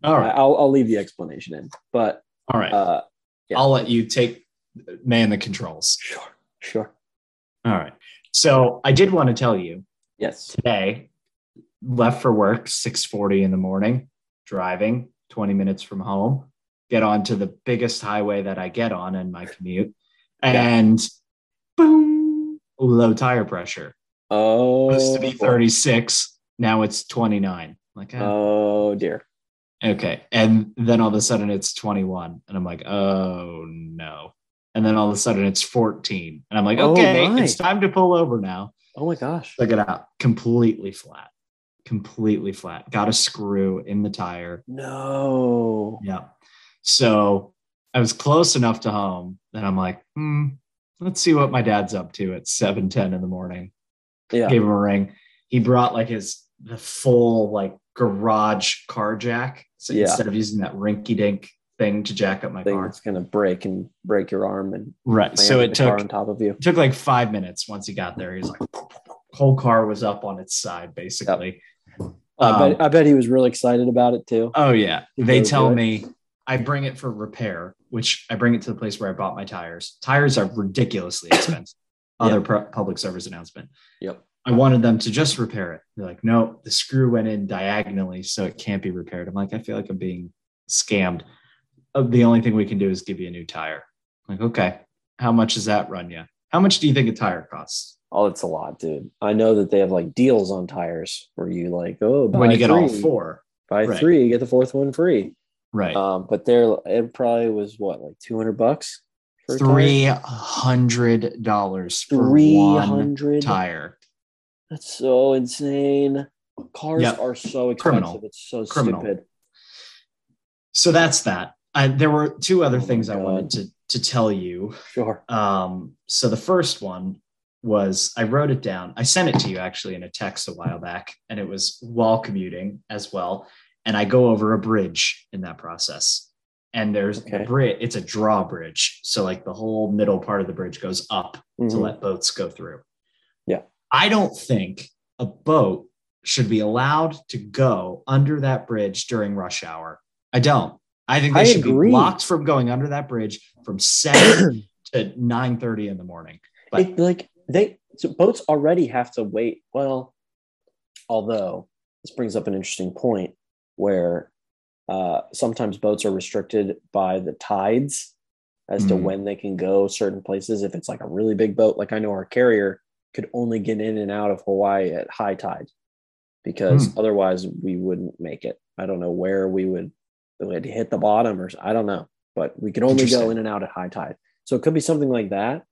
All I, right. I'll I'll leave the explanation in. But All right. uh, yeah. I'll let you take man the controls. sure, sure. All right. So I did want to tell you Yes. today, left for work 6:40 in the morning, driving 20 minutes from home, get onto the biggest highway that I get on in my commute, and boom, low tire pressure. Oh, supposed to be 36. Now it's 29. Like, oh, Oh dear. okay. And then all of a sudden it's 21. And I'm like, oh no. And then all of a sudden it's 14. And I'm like, Oh, okay, my. it's time to pull over now. Oh my gosh. Look it out. Completely flat. Completely flat. Got a screw in the tire. No. Yeah. So I was close enough to home that I'm like, hmm, let's see what my dad's up to at 7 10 in the morning Yeah. gave him a ring. He brought like his the full like garage car jack. So Yeah. instead of using that rinky dink thing to jack up my Thing car. that's gonna break and break your arm and Right. So land it the car took on top of you. it took like five minutes once he got there. He's like whole car was up on its side basically. Uh, I bet Um, I bet he was really excited about it too. oh yeah. Did They they tell do it? me I bring it for repair, which I bring it to the place where I bought my tires. Tires are *coughs* ridiculously expensive. Other pro- public service announcement. Yep. I wanted them to just repair it. They're like, no, the screw went in diagonally, so it can't be repaired. I'm like, I feel like I'm being scammed. Uh, the only thing we can do is give you a new tire. I'm like, okay, how much does that run you? How much do you think a tire costs? Oh, it's a lot, dude. I know that they have like deals on tires where you like, oh, buy when you get three, all four, buy right. three, you get the fourth one free. right? Um, but there, it probably was what like two hundred bucks for Three hundred dollars for three one hundred. tire. That's so insane. Cars Yep. are so expensive. Criminal. It's so Criminal. stupid. So that's that. I, there were two other Oh my things I God. wanted to to tell you. Sure. Um, so the first one was I wrote it down. I sent it to you actually in a text a while back, and it was while commuting as well. And I go over a bridge in that process. And there's Okay. a bridge, it's a drawbridge. So like the whole middle part of the bridge goes up to Mhm. let boats go through. Yeah. I don't think a boat should be allowed to go under that bridge during rush hour. I don't. I think they I should agree. be blocked from going under that bridge *clears throat* from 7 to 9:30 in the morning. But It, like they so boats already have to wait. Well, although this brings up an interesting point where uh, sometimes boats are restricted by the tides as to Mhm. when they can go certain places. If it's like a really big boat, like I know our carrier could only get in and out of Hawaii at high tide because Hmm. otherwise we wouldn't make it. I don't know where we would we had to hit the bottom or s- I don't know, but we could only go Interesting. in and out at high tide. So it could be something like that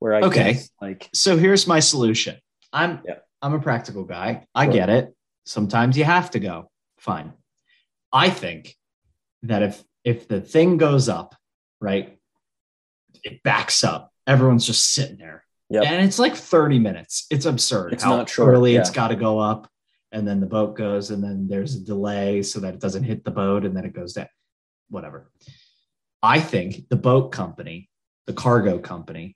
where I Okay. guess like so here's my solution. I'm Yeah. I'm a practical guy. I Sure. get it. Sometimes you have to go. Fine. I think that if if the thing goes up, right, it backs up. Everyone's just sitting there. Yep. And it's like 30 minutes. It's absurd It's how not short, early yeah. it's got to go up. And then the boat goes, and then there's a delay so that it doesn't hit the boat and then it goes down. Whatever. I think the boat company, the cargo company,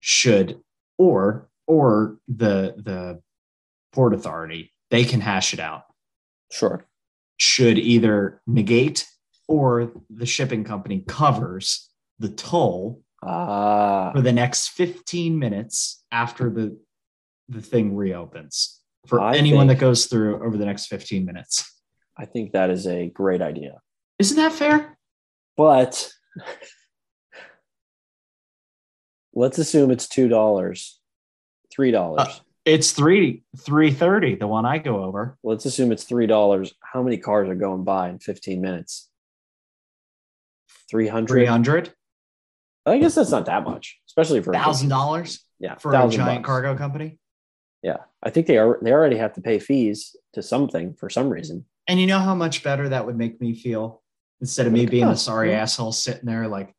should or or the the port authority, they can hash it out sure. should either negate or the shipping company covers the toll Ah, for the next 15 minutes after the the thing reopens for I anyone think- that goes through over the next 15 minutes. I think that is a great idea. Isn't that fair? But *laughs* let's assume it's two dollars, three dollars. Uh. It's 3 3:30 the one I go over. let's assume it's three dollars. How many cars are going by in fifteen minutes? Three hundred. 300 I guess that's not that much, especially for thousand dollars Yeah, for a 1,000 giant bucks. cargo company. Yeah, I think they are. They already have to pay fees to something for some reason. And you know how much better that would make me feel instead of me being a sorry asshole sitting there like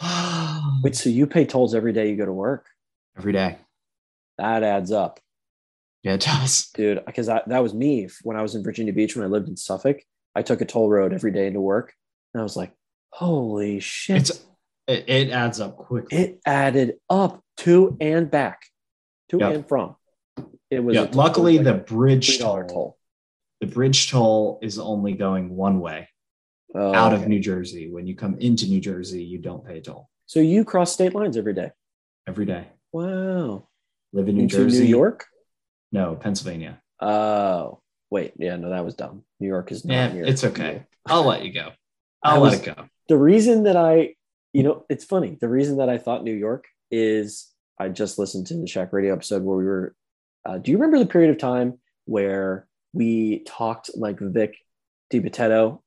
*sighs* Wait, so you pay tolls every day you go to work? every day. That adds up. Yeah, it does. dude because that was me f- when i was in virginia beach when i lived in suffolk i took a toll road every day into work and i was like holy shit It's it, it adds up quickly. it added up to and back to Yeah. and from it was Yeah, a toll- luckily it was the like a bridge $3 toll, the bridge toll is only going one way Oh, out okay. of New Jersey. When you come into New Jersey, you don't pay a toll so you cross state lines every day every day. wow Live in New into Jersey. new york No, Pennsylvania. oh wait yeah no that was dumb new york is not Yeah, near- it's okay. I'll let you go. *laughs* I I'll was- let it go. the reason that I, you know, it's funny. The reason that I thought New York is I just listened to the Shack Radio episode where we were. Uh, do you remember the period of time where we talked like Vic DiBattista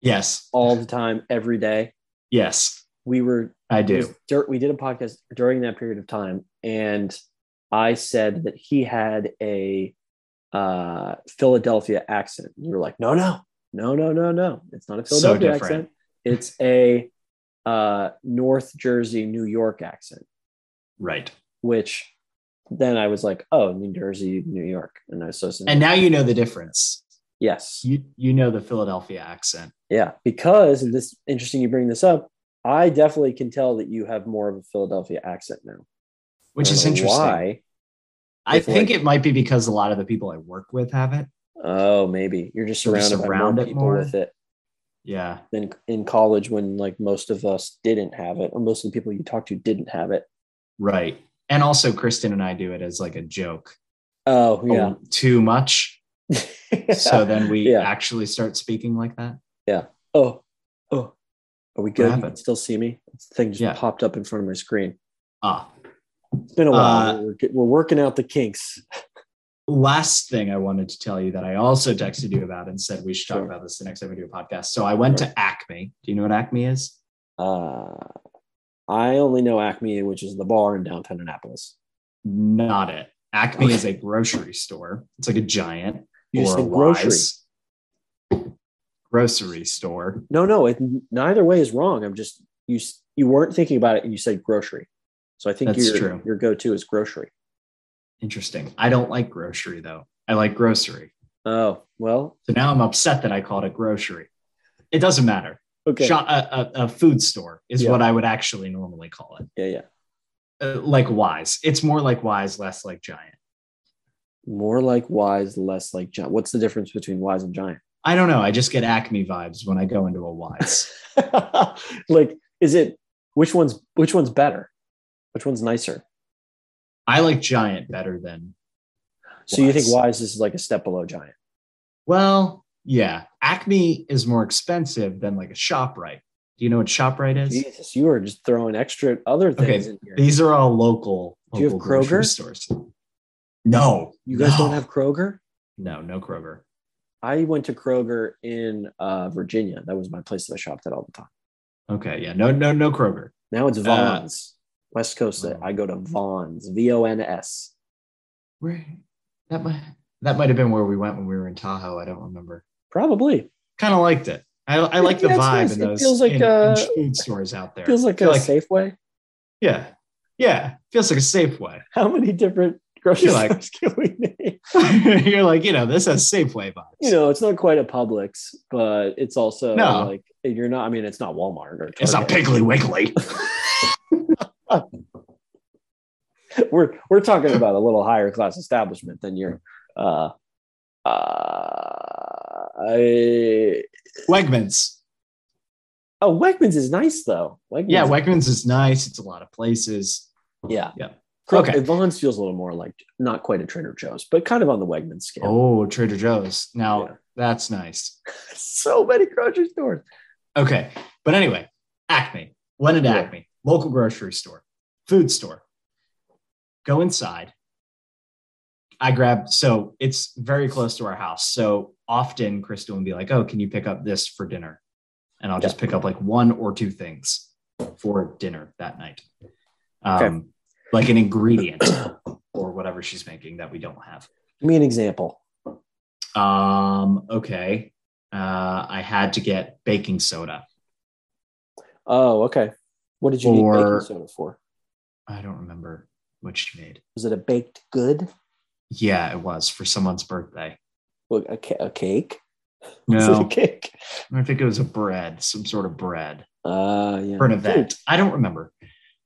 Yes. all the time, every day? Yes, We were I it was do. dur- we did a podcast during that period of time, and I said that he had a uh, Philadelphia accent. You were like, no, no, no, no, no, no. It's not a So Philadelphia different. accent. It's a uh, North Jersey, New York accent. Right. Which then I was like, oh, New Jersey, New York, and I associated. And now you know the difference. yes, You you know the Philadelphia accent. yeah, because and this interesting. You bring this up. I definitely can tell that you have more of a Philadelphia accent now, which I don't is know interesting. Uh, Why? I It's think like- it might be because a lot of the people I work with have it. Oh, maybe you're just You're surrounded just around by it more people more? with it Yeah, than in college when like most of us didn't have it, or most of the people you talked to didn't have it. right. And also, Kristen and I do it as like a joke. Oh, yeah. Oh, too *laughs* much. *laughs* So then we Yeah. actually start speaking like that. oh, oh, are we good? You can happened? still see me? This thing just Yeah. popped up in front of my screen. Ah, It's been a while. Uh, we're, get- we're working out the kinks. last thing I wanted to tell you that I also texted you about and said we should talk Sure. about this the next time we do a podcast. So I went to Acme. Do you know what Acme is? Uh, I only know Acme, which is the bar in downtown Annapolis. Not it. Acme Okay. is a grocery store. It's like a giant You or just a said grocery. Wise grocery store. No, no, it, neither way is wrong. I'm just you s- you weren't thinking about it and you said grocery. So I think That's your true. your go-to is grocery. Interesting. I don't like grocery though. I like grocery. Oh, well, So now I'm upset that I called it grocery. It doesn't matter. okay. Shop, a, a, a food store is Yeah. what I would actually normally call it. Yeah, yeah. Uh, like Wise. It's more like Wise, less like Giant. More like wise, less like giant. What's the difference between wise and giant? I don't know. I just get Acme vibes when I go into a Wise. *laughs* *laughs* like is it which one's which one's better? Which one's nicer? I like Giant better than So you think wise Wise. is like a step below giant? Well, yeah. Acme is more expensive than like a ShopRite. Do you know what ShopRite is? Jesus, you are just throwing extra other things in here. These are all local, Do you local have Kroger? grocery stores. No. You guys no. don't have Kroger? No, no Kroger. I went to Kroger in uh, Virginia. That was my place that I shopped at all the time. Okay, yeah. No, no, no Kroger. Now it's Vaughn's, West Coast. Uh, Wow. I go to Vaughn's, V O N S. Where that might that might have been where we went when we were in Tahoe. I don't remember. Probably Kind of liked it. I, I like the Yeah, it's vibe nice. in It those feels like, in- in uh, food stores out there. feels like Feel a Safeway. yeah, yeah. Feels like *laughs* a Safeway. How many different grocery You're like- stores *laughs* can we name? *laughs* You're like, you know, this has Safeway vibes. You know, it's not quite a Publix, but it's also No. like you're not. I mean, it's not Walmart or it's not Target. Piggly *laughs* Wiggly. We're we're talking about a little higher class establishment than your. Uh, uh, I, Wegmans. oh, Wegmans is nice though. Wegmans Yeah, Wegmans is nice. It's a lot of places. Yeah. Yeah. Correct. Okay. Vaughn's feels a little more like not quite a Trader Joe's, but kind of on the Wegman scale. Oh, Trader Joe's. Now Yeah. that's nice. *laughs* so many grocery stores. *clears throat* Okay. But anyway, Acme. Went into Yeah. Acme, local grocery store, food store. Go inside. I grab, so it's very close to our house. So often Crystal would be like, oh, can you pick up this for dinner? And I'll just pick up like one or two things for dinner that night. Um, Okay. Like an ingredient or whatever she's making that we don't have. Give me an example. Um, okay. Uh, I had to get baking soda. Oh, okay. What did you need Or- baking soda for? I don't remember what she made. Was it a baked good? Yeah, it was for someone's birthday. Well, a, ca- a cake? *laughs* Was it a No, cake? I think it was a bread, some sort of bread Uh, yeah. for an event. I don't remember.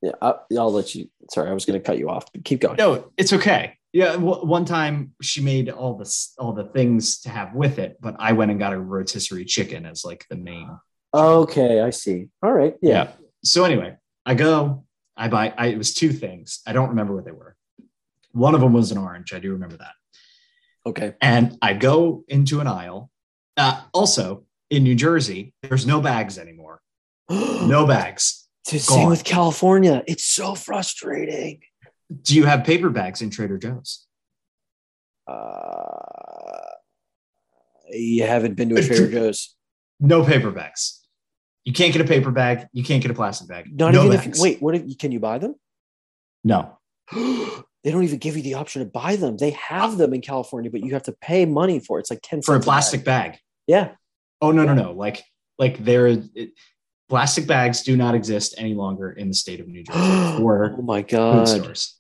Yeah, I, I'll let you. Sorry, I was going to cut you off. but Keep going. No, it's okay. Yeah, w- one time she made all this, all the things to have with it, but I went and got a rotisserie chicken as like the main Okay, I see. All right. Yeah. Yeah. So anyway, I go, I buy, I, it was two things. I don't remember what they were. One of them was an orange. I do remember that. Okay. *gasps* and I go into an aisle. Uh, also, in New Jersey, there's no bags anymore. No bags. To same on. with California. It's so frustrating. Do you have paper bags in Trader Joe's? Uh, you haven't been to a *clears throat* Trader Joe's. No paper bags. You can't get a paper bag. You can't get a plastic bag. Not no even if bags. wait, what if can you buy them? *gasps* No. they don't even give you the option to buy them. They have them in California, but you have to pay money for it. It's like ten For a cents bag. plastic bag. Yeah, *gasps* Oh no no no! Like like there, it, plastic bags do not exist any longer in the state of New *gasps* Jersey oh for my food god! stores.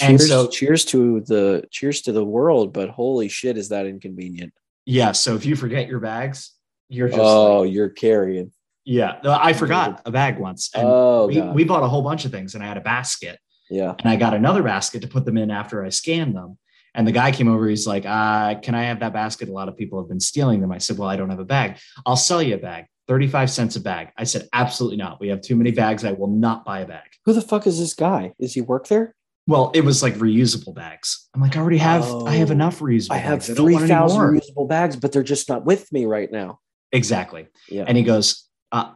And Cheers, so- cheers to the cheers to the world. But holy shit, is that inconvenient? Yeah. So if you forget your bags, you're just oh, like- you're carrying. yeah. No, I forgot a bag once, and oh, we, God. we bought a whole bunch of things and I had a basket yeah. and I got another basket to put them in after I scanned them. And the guy came over, he's like, uh, Can I have that basket? A lot of people have been stealing them. I said, Well, I don't have a bag. I'll sell you a bag, 35 cents a bag. I said, Absolutely not. We have too many bags. I will not buy a bag. Who the fuck is this guy? Is he work there? Well, it was like reusable bags. I'm like, I already have, I have Oh, enough reusable I have bags. I don't three want any thousand more." reusable bags, but they're just not with me right now. *gasps* Exactly. Yeah. And he goes, uh,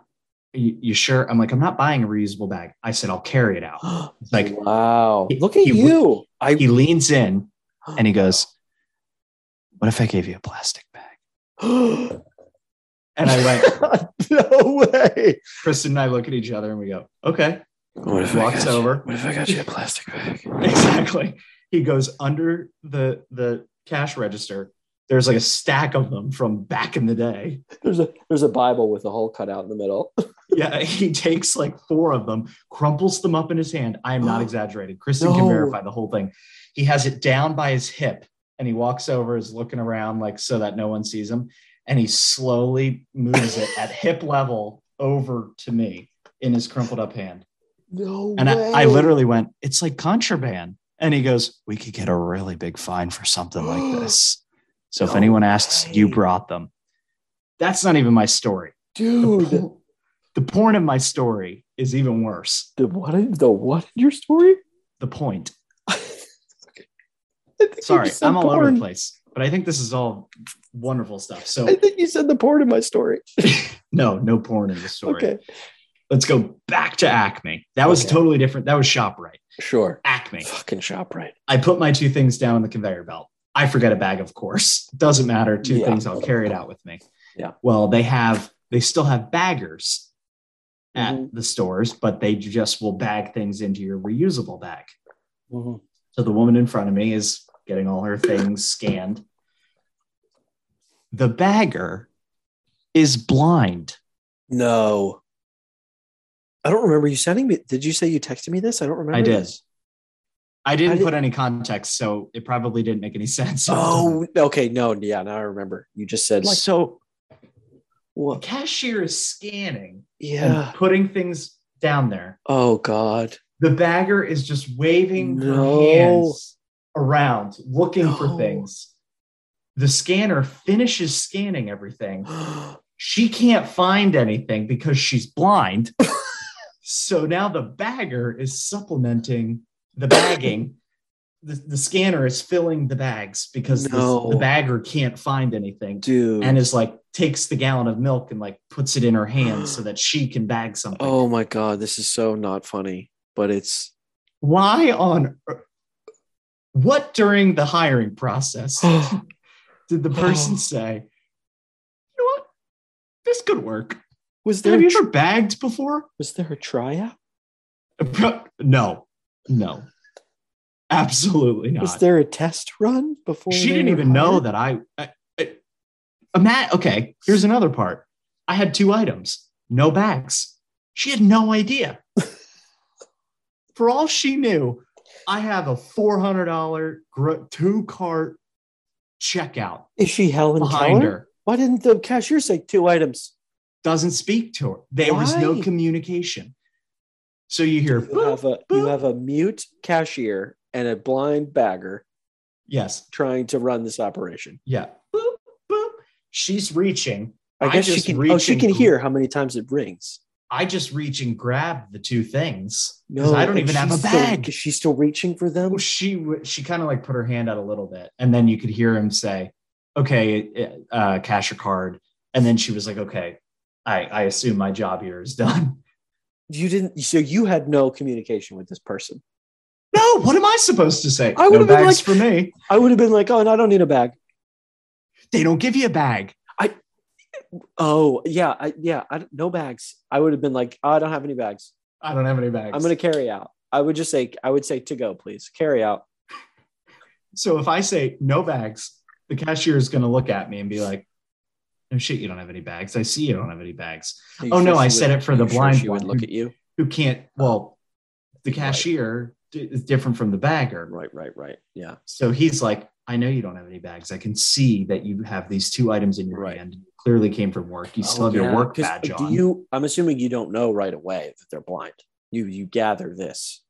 you, you sure? I'm like, I'm not buying a reusable bag. I said, I'll carry it out. It's like, wow, he- look at he- you! I he leans in and he goes, What if I gave you a plastic bag? *gasps* And *laughs* I went, no way. Kristen and I look at each other and we go, Okay. *laughs* What if I Walks got you- over. what if I got you a plastic bag? Exactly. He goes under the the cash register, There's like a stack of them from back in the day. There's a there's a Bible with a hole cut out in the middle. *laughs* Yeah, *laughs* he takes like four of them, crumples them up in his hand. I am not exaggerating. Kristen can No. verify the whole thing. He has it down by his hip and he walks over, is looking around like so that no one sees him. And he slowly moves it at hip level over to me in his crumpled up hand. No And I, I literally went, It's like contraband. And he goes, We could get a really big fine for *gasps* something like this. So if No anyone asks, you way. brought them. That's not even my story. The, dude. por- the porn in my story is even worse. The what? in- The what in your story? The point. *laughs* I think you Sorry, said I'm all over porn. the place, but I think this is all wonderful stuff. I So think you said the porn in my story. *laughs* no, no porn in the story. Okay, Let's go back to Acme. That was Okay. totally different. That was ShopRite. sure. *laughs* Acme. Fucking shop right. I put my two things down on the conveyor belt. I forget a bag, of course. Doesn't matter. Two Yeah. things, I'll carry it out with me. Yeah. Well, they have, they still have baggers at Mhm. the stores, but they just will bag things into your reusable bag. Mm-hmm. So the woman in front of me is getting all her things scanned. The bagger is blind. No, I don't remember you sending me. Did you say you texted me this? I don't remember. I did. this. I didn't I did- put any context, so it probably didn't make any *laughs* sense. Oh, okay. No, yeah, now I remember. You just said like so the what? cashier is scanning Yeah. and putting things down there. Oh God. *gasps* The bagger is just waving No. her hands around, looking for No. things. The scanner finishes scanning everything. she can't find anything because *laughs* she's blind. so now the bagger is supplementing the bagging. the, the scanner is filling the bags because the- No. the, bagger can't find anything Dude. and is like takes the gallon of milk and like puts it in her hand so that she can bag something. oh my God, this is so not funny, but it's Why on ear- what during the hiring process did the person say, you know what? This could work. *gasps* was there Have you ever bagged before? *laughs* was there a tryout? No, no, absolutely Was not. there a test run before? She they didn't were even know hired? that I. I, I Matt, okay, here's another part. I had two items, no bags. She had no *laughs* idea. For all she knew, I have a four hundred dollar gr- two cart checkout Is she Helen behind Keller? her. Why didn't the cashier say two items? Doesn't speak to her. There was no Why? communication. So you hear, You have a you boop. have a mute cashier and a blind bagger yes, trying to run this operation. Yeah. Boop, boop. She's reaching. I I guess she just can. reach Oh, she and can gr- hear how many times it rings. I just reach and grab the two things because I don't and even have a she's still- bag. is she still reaching for them? Well, she w- she kind of like put her hand out a little bit, and then you could hear him say, "Okay, uh, cash your card." And then she was like, "Okay, I, I assume my job here is done." *laughs* You didn't. So you had no communication with this person. No, what am I supposed to say? I no would've been bags like- for me. I would have been like, oh, and I don't need a bag. They don't give you a bag. Oh, yeah, I, yeah, I, no bags. I would have been like, oh, I don't have any bags. I don't have any bags. I'm gonna carry out. I would just say, I would say to go, please carry out. So if I say no bags, the cashier is going to look at me and be like, "No shit, you don't have any bags. I see you don't have any bags. Oh, no, I said it for the blind She would one look who- at you. Who can't? Well, the Right. cashier d- is different from the bagger. Right, right, right. Yeah, So he's like, "I know you don't have any bags. I can see that you have these two items in your Right. Oh, hand. You clearly came from work. You still have your Yeah, work 'cause uh, badge Do on. you? I'm assuming you don't know right away that they're blind. You you gather this.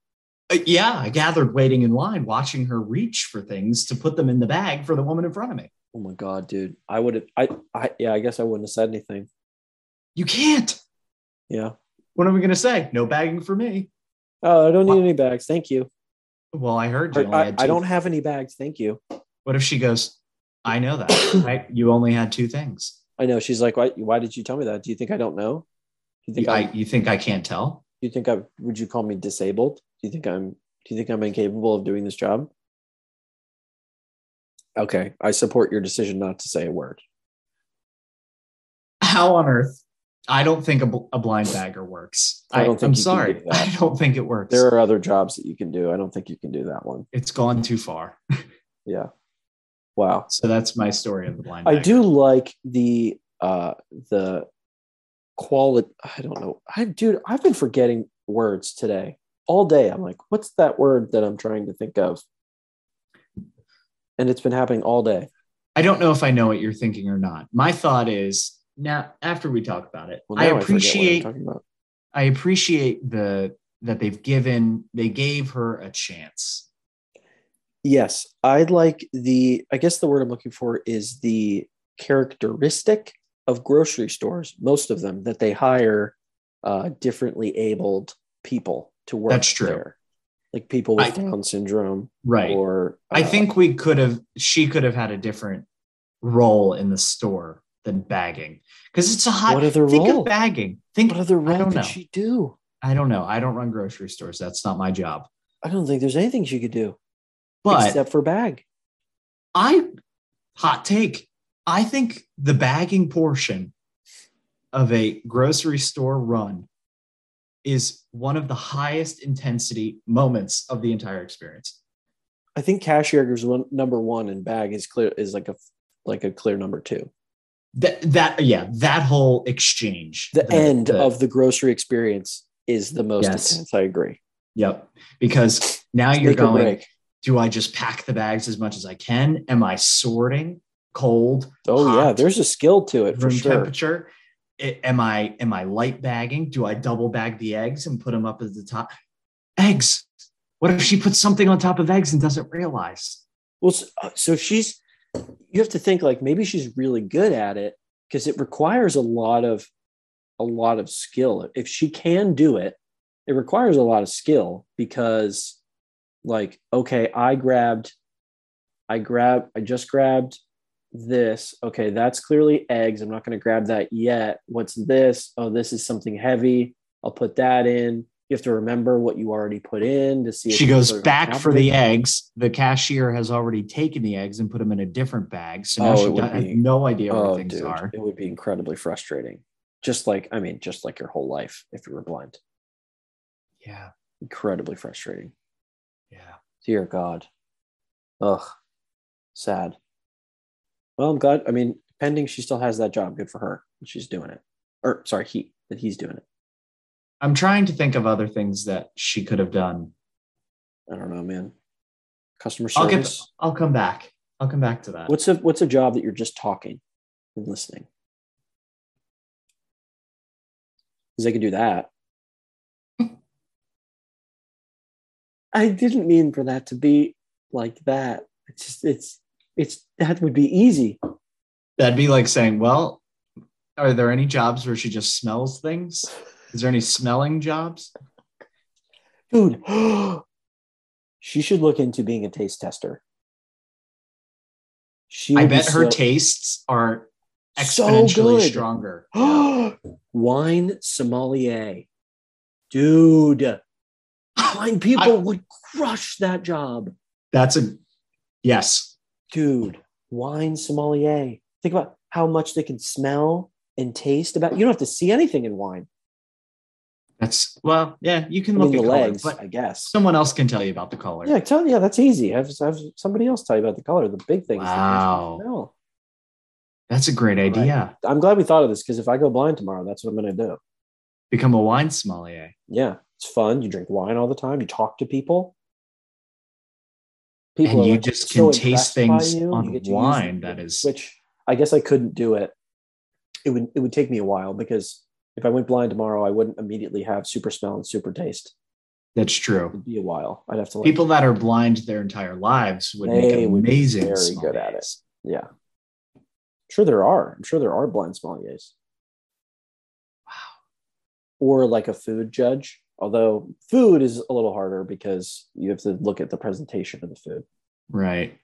Uh, yeah, I gathered waiting in line, watching her reach for things to put them in the bag for the woman in front of me. Oh my god, dude! I would have. I, I yeah. I guess I wouldn't have said anything. You can't. Yeah. What am I going to say? No bagging for me. Oh, I don't need any bags. Thank you. Well, I heard you. I, only I, had I two don't have any bags. Thank you. What if she goes, I *coughs* know that. I, you only had two things. I know. She's like, why? Why did you tell me that? Do you think I don't know? Do you You, think I, I? you think I can't tell? You think I? Would you call me disabled? Do you think I'm? Do you think I'm incapable of doing this job? Okay, I support your decision not to say a word. How on earth? I don't think a, bl- a blind bagger works. I I don't don't think I'm you can sorry. do that. *laughs* I don't think it works. There are other jobs that you can do. I don't think you can do that one. it's gone too far. Yeah. Wow. So that's my story of the blind. I tiger. do like the uh the quality I don't know. I dude, I've been forgetting words today. All day I'm like, what's that word that I'm trying to think of? And it's been happening all day. I don't know if I know what you're thinking or not. My thought is now after we talk about it, Well, I now forget what I'm appreciate talking about. I appreciate the that they've given they gave her a chance. Yes, I like the. I guess the word I'm looking for is the characteristic of grocery stores. Most of them that they hire uh, differently abled people to work. That's true. There. Like people with I- Down syndrome, Right. Or I uh, think we could have she could have had a different role in the store than bagging because it's a hot What other think role? of bagging. Think What other I role don't could know. she do? I don't know. I don't run grocery stores. That's not my job. I don't think there's anything she could do But except for bag. I hot take. I think the bagging portion of a grocery store run is one of the highest intensity moments of the entire experience. I think cashier is one, number one, and bag is clear is like a like a clear number two. That that yeah, that whole exchange. The, end the- of the grocery experience is the most Yes. intense. I agree. Yep. Because now you're Make or going, break. do I just pack the bags as much as I can? Am I sorting cold, Oh yeah, hot, there's a skill to it for room sure. temperature? I- am I am I light bagging? Do I double bag the eggs and put them up at the top? Eggs. What if she puts something on top of eggs and doesn't realize? Well, s- uh, so she's you have to think like maybe she's really good at it because it requires a lot of a lot of skill. If she can do it, it requires a lot of skill because like okay, I grabbed I grab I just grabbed this. Okay, that's clearly eggs. I'm not going to grab that yet. What's this? Oh, this is something heavy. I'll put that in. You have to remember what you already put in to see. if She you goes put it on back top for of it. the eggs. The cashier has already taken the eggs and put them in a different bag. So now Oh, it she would does, has be- no idea where Oh, things dude, are. it would be incredibly frustrating. Just like, I mean, just like your whole life if you were blind. Yeah. Incredibly frustrating. Yeah. Dear God. Ugh. Sad. Well, I'm glad. I mean, pending she still has that job. Good for her. She's doing it. Or, sorry, he, that he's doing it. I'm trying to think of other things that she could have done. I don't know, man. Customer I'll service. get. I'll come back. I'll come back to that. what's a what's a job that you're just talking and listening? Because they could do that. *laughs* I didn't mean for that to be like that. It's just it's it's that would be easy. That'd be like saying, "Well, are there any jobs where she just smells things? Is there any smelling jobs?" Dude, *gasps* she should look into being a taste tester. She I would be bet her so- tastes are so exponentially good. *gasps* stronger. Yeah. wine sommelier. Dude, wine people would crush that job. That's a yes. Dude, wine sommelier. Think about how much they can smell and taste about. You don't have to see anything in wine. That's well, yeah. You I can mean, look the at legs, color, I but guess. someone else can tell you about the color. Yeah, tell yeah, that's easy. Have, have somebody else tell you about the color. The big thing Wow. is the smell. That's a great idea. I'm glad we thought of this because if I go blind tomorrow, that's what I'm going to do. Become a wine sommelier. Yeah, it's fun. You drink wine all the time. You talk to people. And you like, just so can impressed taste by things you, on you get to use wine. the- That is which I guess I couldn't do it. It would it would take me a while because if I went blind tomorrow, I wouldn't immediately have super smell and super taste. that's true. It'd be a while. I'd have to like People that are blind their entire lives would They make would be amazing. very good at it. sommeliers. yeah. I'm sure there are. I'm sure there are blind sommeliers. Wow. Or like a food judge. Although food is a little harder because you have to look at the presentation of the food. Right.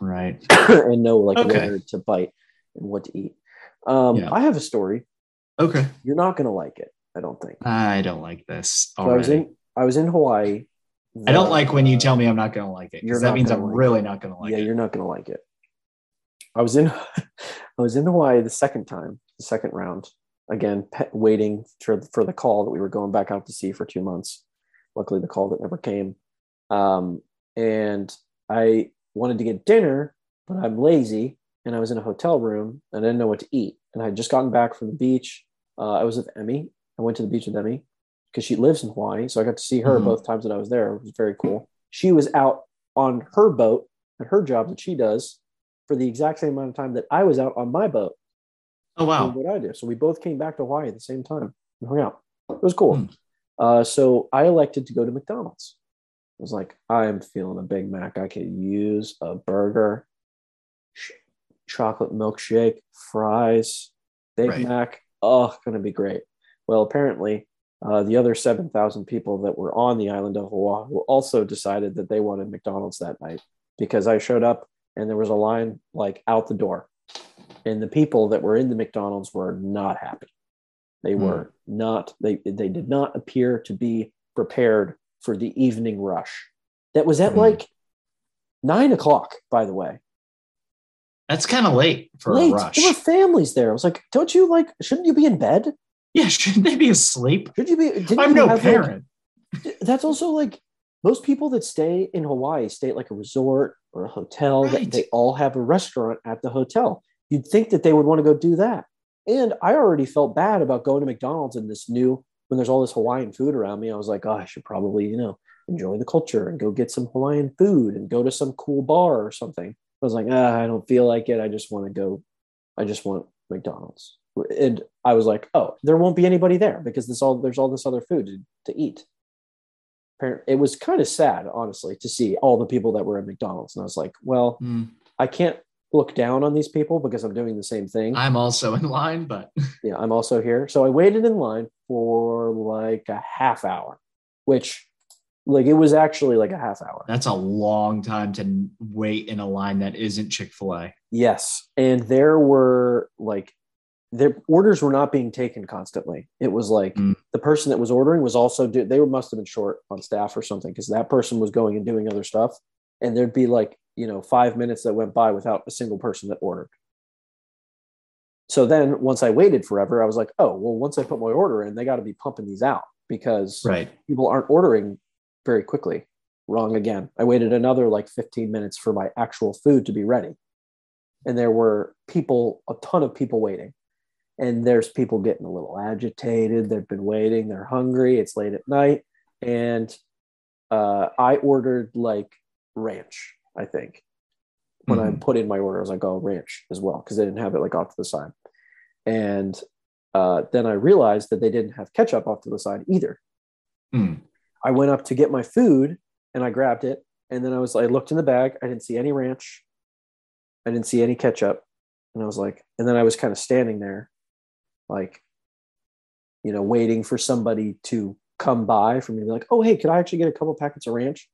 Right. and know like Okay. where to bite and what to eat. Um, Yeah. I have a story. Okay. You're not gonna like it, I don't think. I don't like this. So I was Already. in I was in Hawaii. I don't like when you tell me I'm not going to like it You're because not that means gonna I'm like really not going to like yeah, it. you're not gonna like it. I was in *laughs* I was in Hawaii the second time, the second round. Again, pe- waiting for for the call that we were going back out to sea for two months. Luckily, the call that never came. Um, and I wanted to get dinner but I'm lazy and I was in a hotel room and I didn't know what to eat. And I had just gotten back from the beach. Uh, I was with Emmy. I went to the beach with Emmy because she lives in Hawaii. So I got to see her Mhm. both times that I was there. It was very cool. She was out on her boat at her job that she does for the exact same amount of time that I was out on my boat Oh doing wow. what I do. So we both came back to Hawaii at the same time and hung out. It was cool. Hmm. Uh, so I elected to go to McDonald's. I was like, I'm feeling a Big Mac. I could use a burger, sh- chocolate milkshake, fries, Big Right. Mac. Oh, going to be great. Well, apparently, uh, the other 7,000 people that were on the island of Oahu also decided that they wanted McDonald's that night because I showed up and there was a line like out the door. And the people that were in the McDonald's were not happy. They Hmm. were not, they, they did not appear to be prepared for the evening rush. That was at Hmm. like nine o'clock, by the way. That's kind of late for Late. a rush. There were families there. I was like, don't you like, shouldn't you be in bed? *laughs* Yeah, shouldn't they be asleep? Should you be? Didn't I'm you no have, like, parent. that's also like most people that stay in Hawaii stay at like a resort or a hotel. They- Right. They, all have a restaurant at the hotel. You'd think that they would want to go do that. And I already felt bad about going to McDonald's in this new when there's all this Hawaiian food around me. I was like, oh, I should probably you know enjoy the culture and go get some Hawaiian food and go to some cool bar or something. I was like, ah, I don't feel like it. I just want to go. I just want McDonald's. And I was like, oh, there won't be anybody there because this all there's all this other food to, to eat apparent- it was kind of sad honestly to see all the people that were at mcdonald's and i was like well Mm, i can't look down on these people because i'm doing the same thing I'm also in line, but *laughs* yeah i'm also here so i waited in line for like a half hour which like it was actually like a half hour that's a long time to wait in a line that isn't Chick fil A. yes and there were like their orders were not being taken constantly it was like Mm. the person that was ordering was also do- they must have been short on staff or something because that person was going and doing other stuff and there'd be like you know five minutes that went by without a single person that ordered so then once i waited forever i was like oh well once i put my order in they got to be pumping these out because Right. people aren't ordering very quickly wrong again i waited another like 15 minutes for my actual food to be ready and there were people a ton of people waiting and there's people getting a little agitated they've been waiting they're hungry it's late at night and uh, i ordered like ranch i think when i Mhm. put in my order i was like oh ranch as well because they didn't have it like off to the side and uh, then i realized that they didn't have ketchup off to the side either Mm. I went up to get my food and I grabbed it. And then I was I looked in the bag. I didn't see any ranch. I didn't see any ketchup. And I was like, and then I was kind of standing there, like, you know, waiting for somebody to come by for me to be like, oh hey, could I actually get a couple packets of ranch?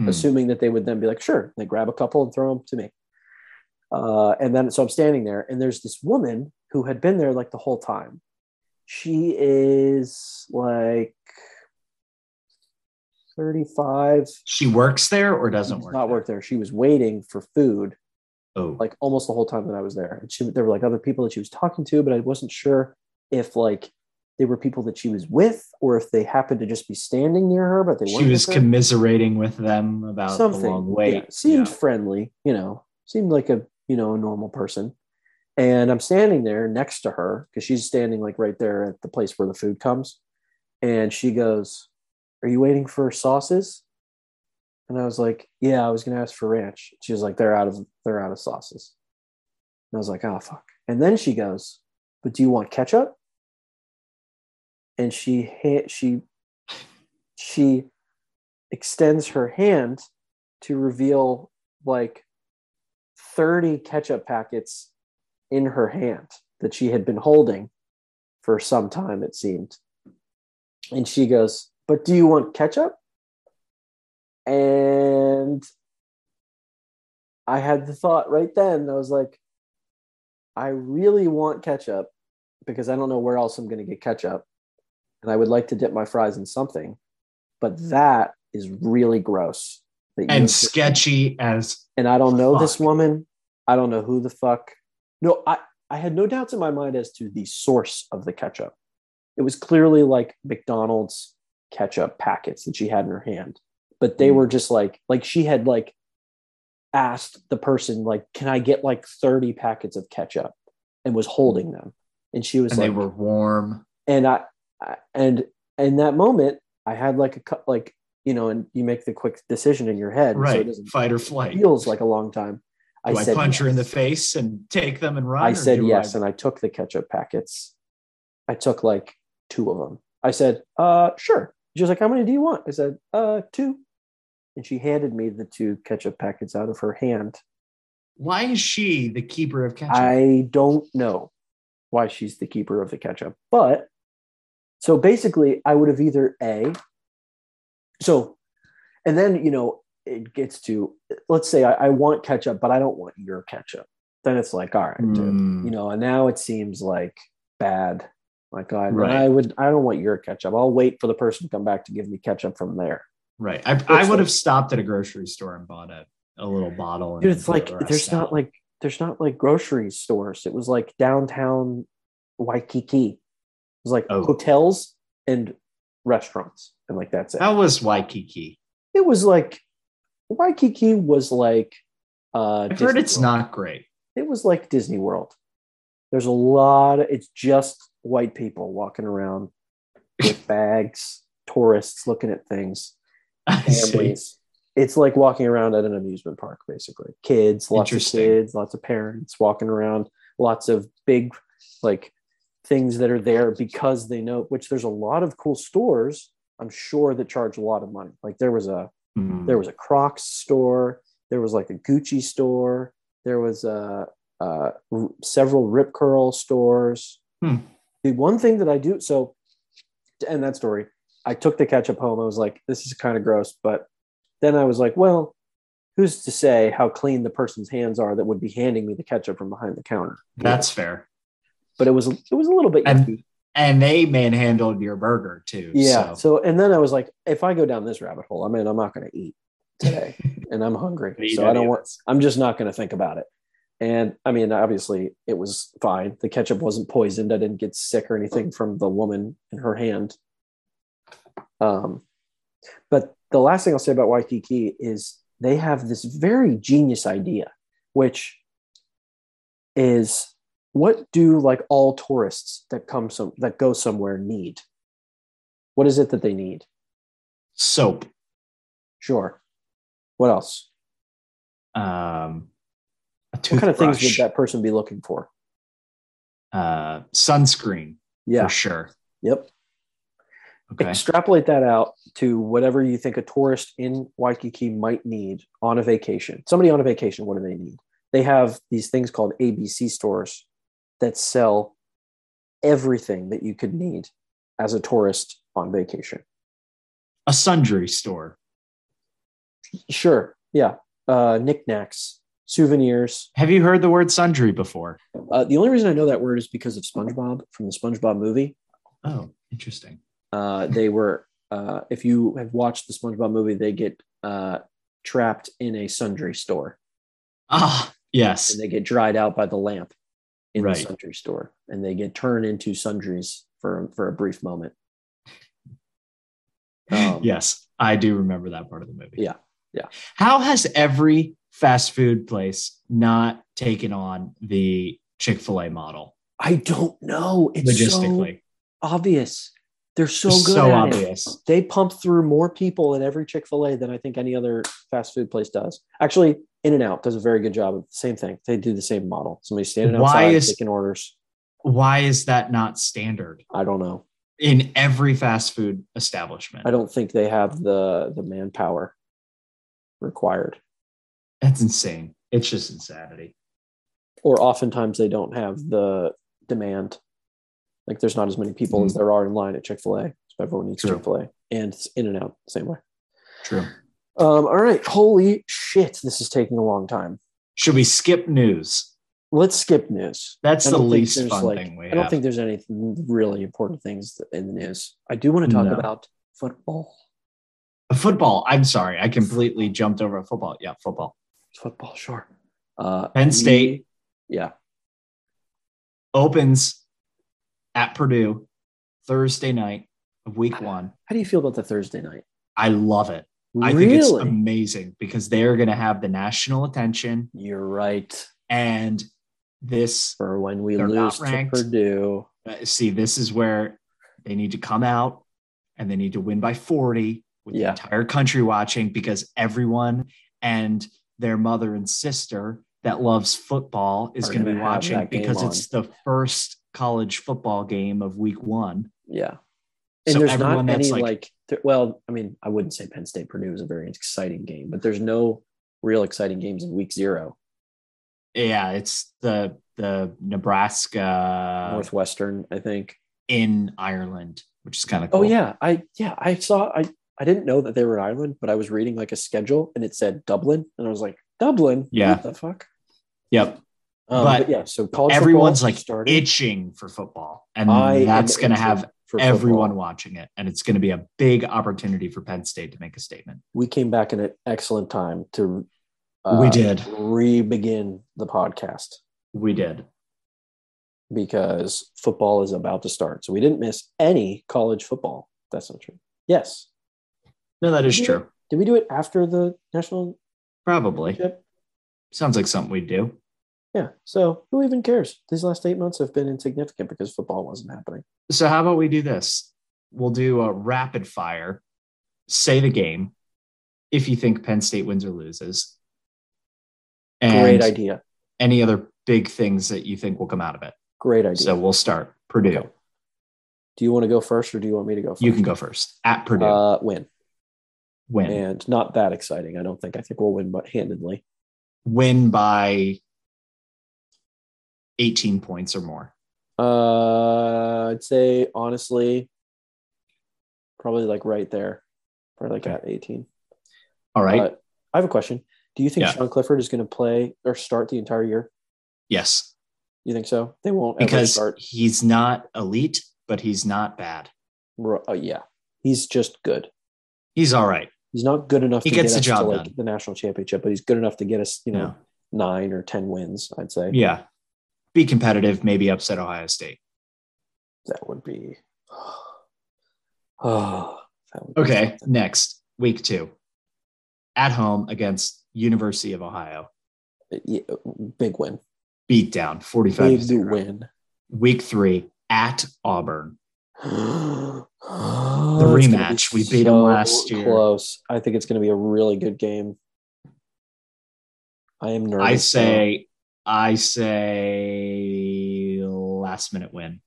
Mm. assuming that they would then be like, sure. They grab a couple and throw them to me. Uh, and then so I'm standing there, and there's this woman who had been there like the whole time. She is like 35. She works there or doesn't Does work? not there? work there. She was waiting for food Oh, like almost the whole time that I was there. And she, there were like other people that she was talking to, but I wasn't sure if like they were people that she was with or if they happened to just be standing near her, but they weren't. she with was her. commiserating with them about something the long Yeah, wait. seemed Yeah. friendly you know seemed like a you know a normal person and i'm standing there next to her because she's standing like right there at the place where the food comes and she goes are you waiting for sauces and i was like yeah i was gonna ask for ranch she was like they're out of they're out of sauces and i was like oh fuck and then she goes but do you want ketchup and she ha- she she extends her hand to reveal like 30 ketchup packets in her hand that she had been holding for some time, it seemed. And she goes, But do you want ketchup? And I had the thought right then, I was like, I really want ketchup because I don't know where else I'm going to get ketchup. And I would like to dip my fries in something, but that is really gross. that you And would just- sketchy as and I don't know this Fuck. woman. I don't know who the fuck. No, I, I had no doubts in my mind as to the source of the ketchup. It was clearly like McDonald's ketchup packets that she had in her hand, but they Mm. were just like like she had like asked the person like, "Can I get like 30 packets of ketchup?" and was holding them. And she was and they like, were warm. and I, I and in that moment I had like a cu- like you know, and you make the quick decision in your head, So it Right. doesn't Fight or flight. feels like a long time. do I, punch her in the yes. face and take them and run? I or said do yes, and I took the ketchup packets. I took like two of them. I said, uh, sure. She was like, how many do you want? I said, uh, two. And she handed me the two ketchup packets out of her hand. Why is she the keeper of ketchup? I don't know why she's the keeper of the ketchup, but so basically, I would have either a so, and then you know it gets to let's say I, I want ketchup, but I don't want your ketchup. Then it's like, all right, dude, Mm. you know. And now it seems like bad. Like I, Right. I would, I don't want your ketchup. I'll wait for the person to come back to give me ketchup from there. Right. I, I would like- have stopped at a grocery store and bought a, a little bottle. And Dude, then it's put like the rest there's not out. like there's not like grocery stores. It was like downtown Waikiki. It was like Oh. hotels and restaurants, and like that's it. that was Waikiki. It was like Waikiki was like. Uh, I've heard Disney it's World. not great. *laughs* It was like Disney World. There's a lot. Of, it's just white people walking around *laughs* with bags, tourists looking at things, *laughs* I see. families. It's like walking around at an amusement park, basically. Kids, lots of Interesting. kids, lots of parents walking around, lots of big, like things that are there because they know. Which there's a lot of cool stores, I'm sure, that charge a lot of money. Like there was a Mm. there was a Crocs store, there was like a Gucci store, there was a, uh r- several Rip Curl stores. Hmm. The one thing that I do so to end that story, I took the ketchup home. I was like, this is kind of gross, but then I was like, well, who's to say how clean the person's hands are that would be handing me the ketchup from behind the counter? That's fair. But it was it was a little bit And- yucky. And they manhandled your burger too. Yeah. So. So. and then I was like, if I go down this rabbit hole, I mean, I'm not going to eat today, and I'm hungry, Eat so I any don't of want. I'm just not going to think about it. And I mean, obviously, it was fine. The ketchup wasn't poisoned. I didn't get sick or anything from the woman in her hand. Um, but the last thing I'll say about Waikiki is they have this very genius idea, which is what do like all tourists that come some that go somewhere need? What is it that they need? Soap. Sure. What else? Um, a What kind of things would toothbrush, that person be looking for? Uh, sunscreen Yeah. for sure. Yep. Okay. Extrapolate that out to whatever you think a tourist in Waikiki might need on a vacation. Somebody on a vacation, what do they need? They have these things called ABC stores that sell everything that you could need as a tourist on vacation. A sundry store. Sure. Yeah. Uh, knickknacks, souvenirs. Have you heard the word sundry before? Uh, the only reason I know that word is because of SpongeBob from the SpongeBob movie. Oh, interesting. Uh, they were, uh, if you have watched the SpongeBob movie, they get uh, trapped in a sundry store Ah, yes. and they get dried out by the lamp in Right. the sundry store and they get turned into sundries for, for a brief *laughs* moment. Um, yes, I do remember that part of the movie. Yeah, yeah. How has every fast food place not taken on the Chick fil A model I don't know. It's so logistically? obvious. They're so Just good. so at it. obvious. they pump through more people in every Chick-fil-A than I think any other fast food place does. Actually, In and Out does a very good job of the same thing. They do the same model. Somebody standing Why outside is- taking orders. Why is that not standard I don't know. in every fast food establishment? I don't think they have the the manpower required. That's insane. It's just insanity. Or oftentimes they don't have the demand. Like there's not as many people as there are in line at Chick-fil-A. So everyone needs Mm-hmm. True. Chick-fil-A. And it's In and Out, same way. True. Um, all right. Holy shit, this is taking a long time. Should we skip news? Let's skip news. That's I the don't think least there's, fun like- thing we I don't have. think there's any really important things in the news. I do want to talk No. about football. football. I'm sorry. I completely jumped over football. Yeah, football. Football, sure. Uh, Penn we- State yeah. opens at Purdue Thursday night of week one. How do you feel about the Thursday night? I love it. I think it's Really? amazing because they're going to have the national attention You're right. and this For when we They're not lose to ranked. Purdue, uh, see this is where they need to come out and they need to win by 40 with Yeah. the entire country watching because everyone and their mother and sister that loves football is Are going to be gonna have watching that game because on. it's the first college football game of week one. yeah. And So there's not everyone that's any like, like- th- well, I mean, I wouldn't say Penn State Purdue is a very exciting game, but there's no real exciting games in week zero. Yeah, it's the the Nebraska Northwestern, I think. in Ireland, which is kind of cool. Oh yeah, I yeah I saw I I didn't know that they were in Ireland, but I was reading like a schedule and it said Dublin, and I was like Dublin, Yeah. what the fuck. Yep. Um, But but, yeah, so college everyone's football like started. itching for football, and I am that's going to itching have for football. everyone watching it, and it's going to be a big opportunity for Penn State to make a statement. We came back in an excellent time to. uh, We did. re-begin the podcast We did. because football is about to start, so we didn't miss any college football. That's not true. Yes, No, that is Yeah. true. did we do it after the national Probably championship? sounds like something we do. Yeah. So who even cares? These last eight months have been insignificant because football wasn't happening. So how about we do this? We'll do a rapid fire. Say the game if you think Penn State wins or loses. And Great idea. Any other big things that you think will come out of it? Great idea. So we'll start. Purdue. Okay. do you want to go first or do you want me to go first? You can go first at Purdue. Uh, win. win. And not that exciting, I don't think. I think we'll win, but handedly. win by 18 points or more. Uh, I'd say, honestly, probably like right there, probably like Okay. at 18. All right. But I have a question. Do you think Yeah. Sean Clifford is going to play or start the entire year? yes. You think so? They won't ever Because start. he's not elite, but he's not bad. Ro- Oh, yeah. He's just good. He's all right. He's not good enough He to get gets the us job to like done. the national championship, but he's good enough to get us, you You know, know, nine or 10 wins, I'd say. yeah. Be competitive, maybe upset Ohio State. that would be *sighs* oh that would be Okay. something. Next, week two. At home against University of Ohio. Yeah, big win Beat down 45 big to zero. win *gasps* Week three at Auburn. the rematch. We beat 'em last year. close i think it's going to be a really good game i am nervous I now. say, I say last minute win.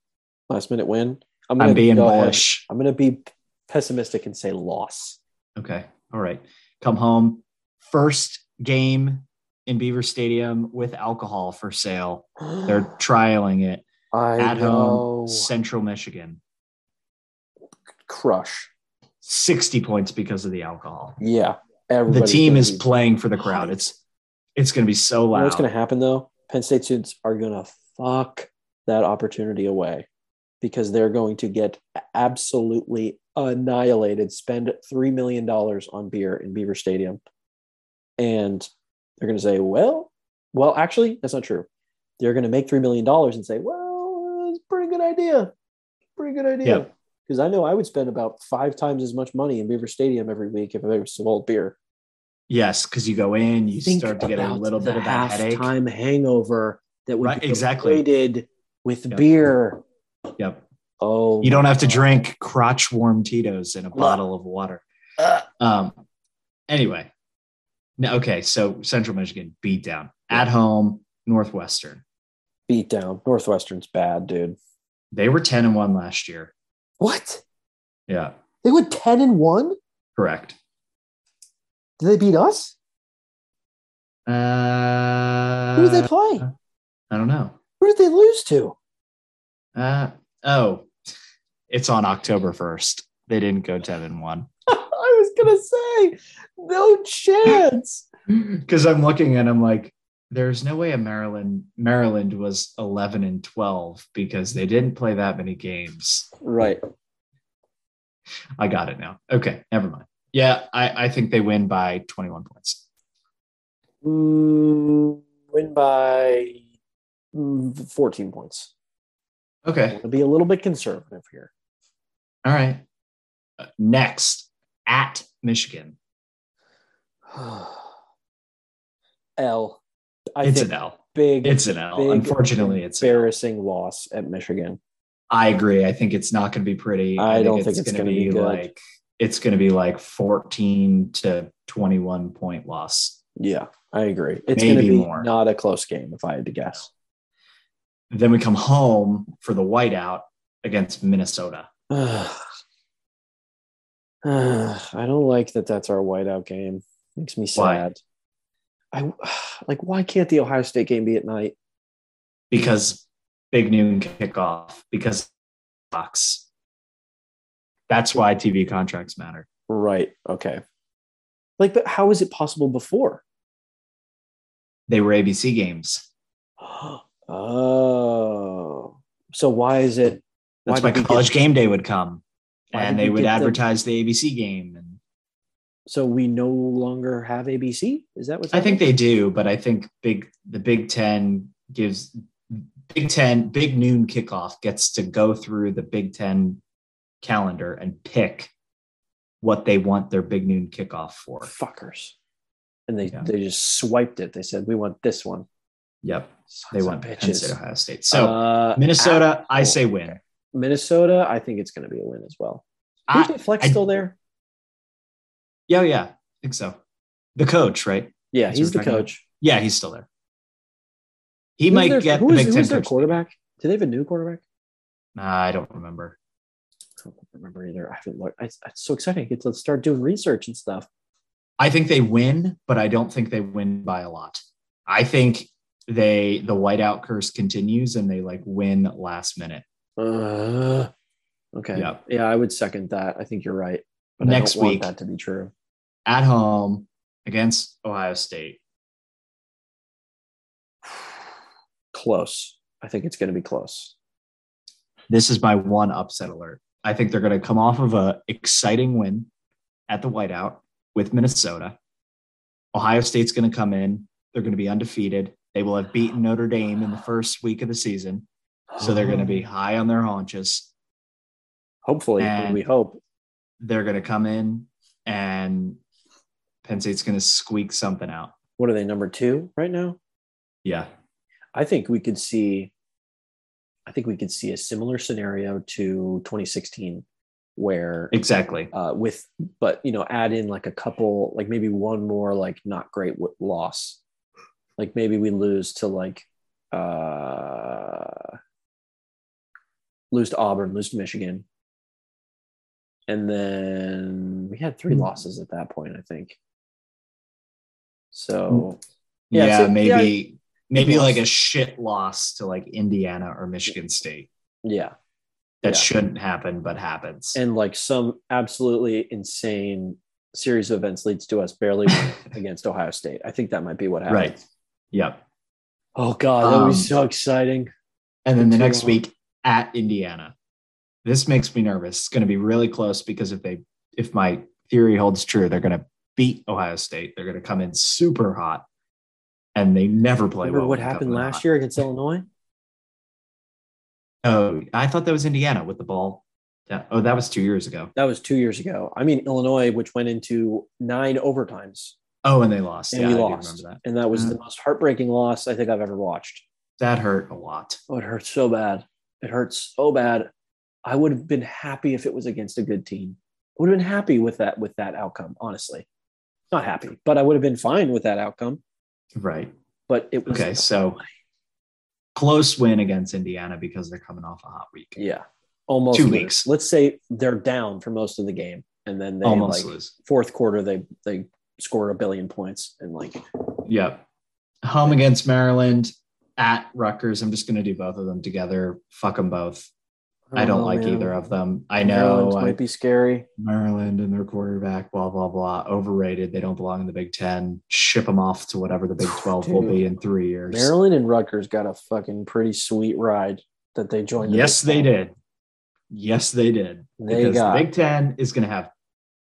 last minute win i'm, I'm gonna being go ahead. bullish. i'm going to be pessimistic and say loss Okay. All right. Come home. First game in Beaver Stadium with alcohol for sale. *sighs* They're trialing it I at know. home, Central Michigan. crush 60 points because of the alcohol. yeah The everybody's team gonna is be- playing for the crowd. It's it's going to be so You know loud. what's going to happen though? Penn State students are going to fuck that opportunity away because they're going to get absolutely annihilated, spend $3 million on beer in Beaver Stadium. And they're going to say, well, well, actually, that's not true. They're going to make $3 million and say, well, it's a pretty good idea. Pretty good idea. Yep. Because I know I would spend about five times as much money in Beaver Stadium every week if I was sold beer yes, because you go in, you start to get a about little bit the of that headache. halftime hangover that would Right, be exactly. avoided with Yep. beer. Yep. Oh, You don't have to drink crotch warm Tito's in a bottle of water. Ugh. Um, anyway, no, okay. So Central Michigan beat down at home Northwestern. beat down. Northwestern's bad, dude. They were ten and one last year. What? Yeah, They went ten and one. correct. Did they beat us? Uh, Who did they play? I don't know. Who did they lose to? Uh, oh, it's on October first. They didn't go ten and one I was gonna say no *laughs* chance. because I'm looking and I'm like, there's no way a Maryland Maryland was eleven and twelve because they didn't play that many games. right. I got it now. Okay, never mind. Yeah, I, I think they win by 21 points. Mm, win by mm, fourteen points. I'm Okay. gonna be a little bit conservative here. *sighs* All right. Uh, Next, at Michigan. L. I it's think an L. big, It's an L. big, Unfortunately, it's. embarrassing loss at Michigan. I agree. I think it's not going to be pretty. I don't think it's gonna gonna be good. like. It's going to be like 14 to 21 point loss. Yeah, I agree. It's going to Maybe be more. not a close game if I had to guess. *sighs* Then we come home for the whiteout against Minnesota. Ugh. Ugh, I don't like that. That's our whiteout game. Makes me Why? sad. I *sighs* like. Why can't the Ohio State game be at night? because big noon kickoff because Fox. That's why TV contracts matter. Right. Okay. Like, but how is it possible *gasps* before? They were ABC games. Oh, so why is it? That's Why why did we college get- game day would come, Why and did they we would get the- advertise the ABC game. And So we no longer have ABC. Is that what's I think happening? they do, but I think big the Big Ten gives Big Ten big noon kickoff gets to go through the Big Ten calendar and pick what they want their big noon kickoff for. fuckers, and they Yeah. they just swiped it. They said we want this one. Yep, they Sons of want Penn bitches. State, Ohio State. So. Uh, Minnesota, I Apple. say win. Minnesota, I think it's going to be a win as well. Is I, that Flex I- still there? yeah, yeah, I think so. The coach, right? Yeah, That's he's what we're the talking coach. Yeah, he's still there. He Who's might their- get the who is, Big who Ten is their coach. quarterback? Do they have a new quarterback? Nah, I don't remember. I don't remember either. I haven't looked. It's, it's so exciting. I get to start doing research and stuff. I think they win, but I don't think they win by a lot. I think they the whiteout curse continues and they like win last minute. Uh, okay. Yeah. Yeah. yeah, I would second that. I think you're right. But Next I don't week. want that to be true. At home against Ohio State. Close. I think it's going to be close. This is my one upset alert. I think they're going to come off of a exciting win at the whiteout with Minnesota. Ohio State's going to come in. They're going to be undefeated. They will have beaten Notre Dame in the first week of the season, so they're going to be high on their haunches. Hopefully, And- we hope. They're going to come in, and Penn State's going to squeak something out. What are they number two right now? Yeah, I think we could see I think we could see a similar scenario to 2016 where exactly. uh, with but you know add in like a couple like maybe one more like not great w- loss like maybe we lose to like uh lose to Auburn lose to Michigan and then we had Hmm. three losses at that point I think so Yeah, Yeah, so- maybe maybe Loss. like a shit loss to like Indiana or Michigan State yeah that Yeah. shouldn't happen but happens. and like some absolutely insane series of events leads to us *laughs* barely winning against Ohio State. I think that might be what happened. Right. Yep. Oh god, that would be Um, so exciting. And then the Too next long. week at Indiana. This makes me nervous. It's going to be really close because if they if my theory holds true, they're going to beat Ohio State. They're going to come in super hot and they never play Remember well. what when they happened come in last hot. year against Illinois? Oh, I thought that was Indiana with the ball. Yeah. Oh, that was 2 years ago. That was 2 years ago. I mean Illinois which went into 9 overtimes Oh, and they lost. and yeah, we I lost. do remember that. And that was Mhm. the most heartbreaking loss I think I've ever watched. That hurt a lot. Oh, it hurts so bad. It hurts so bad. I would have been happy if it was against a good team. I would have been happy with that with that outcome, honestly. Not happy, but I would have been fine with that outcome. Right. but it was Okay, so close win against Indiana because they're coming off a hot week. yeah almost Two lose. weeks. let's say they're down for most of the game and then they Almost like lose. fourth quarter they they score a billion points and like Yep. Home against Maryland at Rutgers. I'm just going to do both of them together. Fuck them both. I don't like either of them. I know Oh, Maryland I- might be scary Maryland and their quarterback, blah, blah, blah. Overrated. They don't belong in the Big Ten. Ship them off to *sighs* whatever the Big 12 will be in three years. Maryland and Rutgers got a fucking pretty sweet ride that they joined the yes, Big they Ten. did. Yes, they did. They because got- the Big Ten is going to have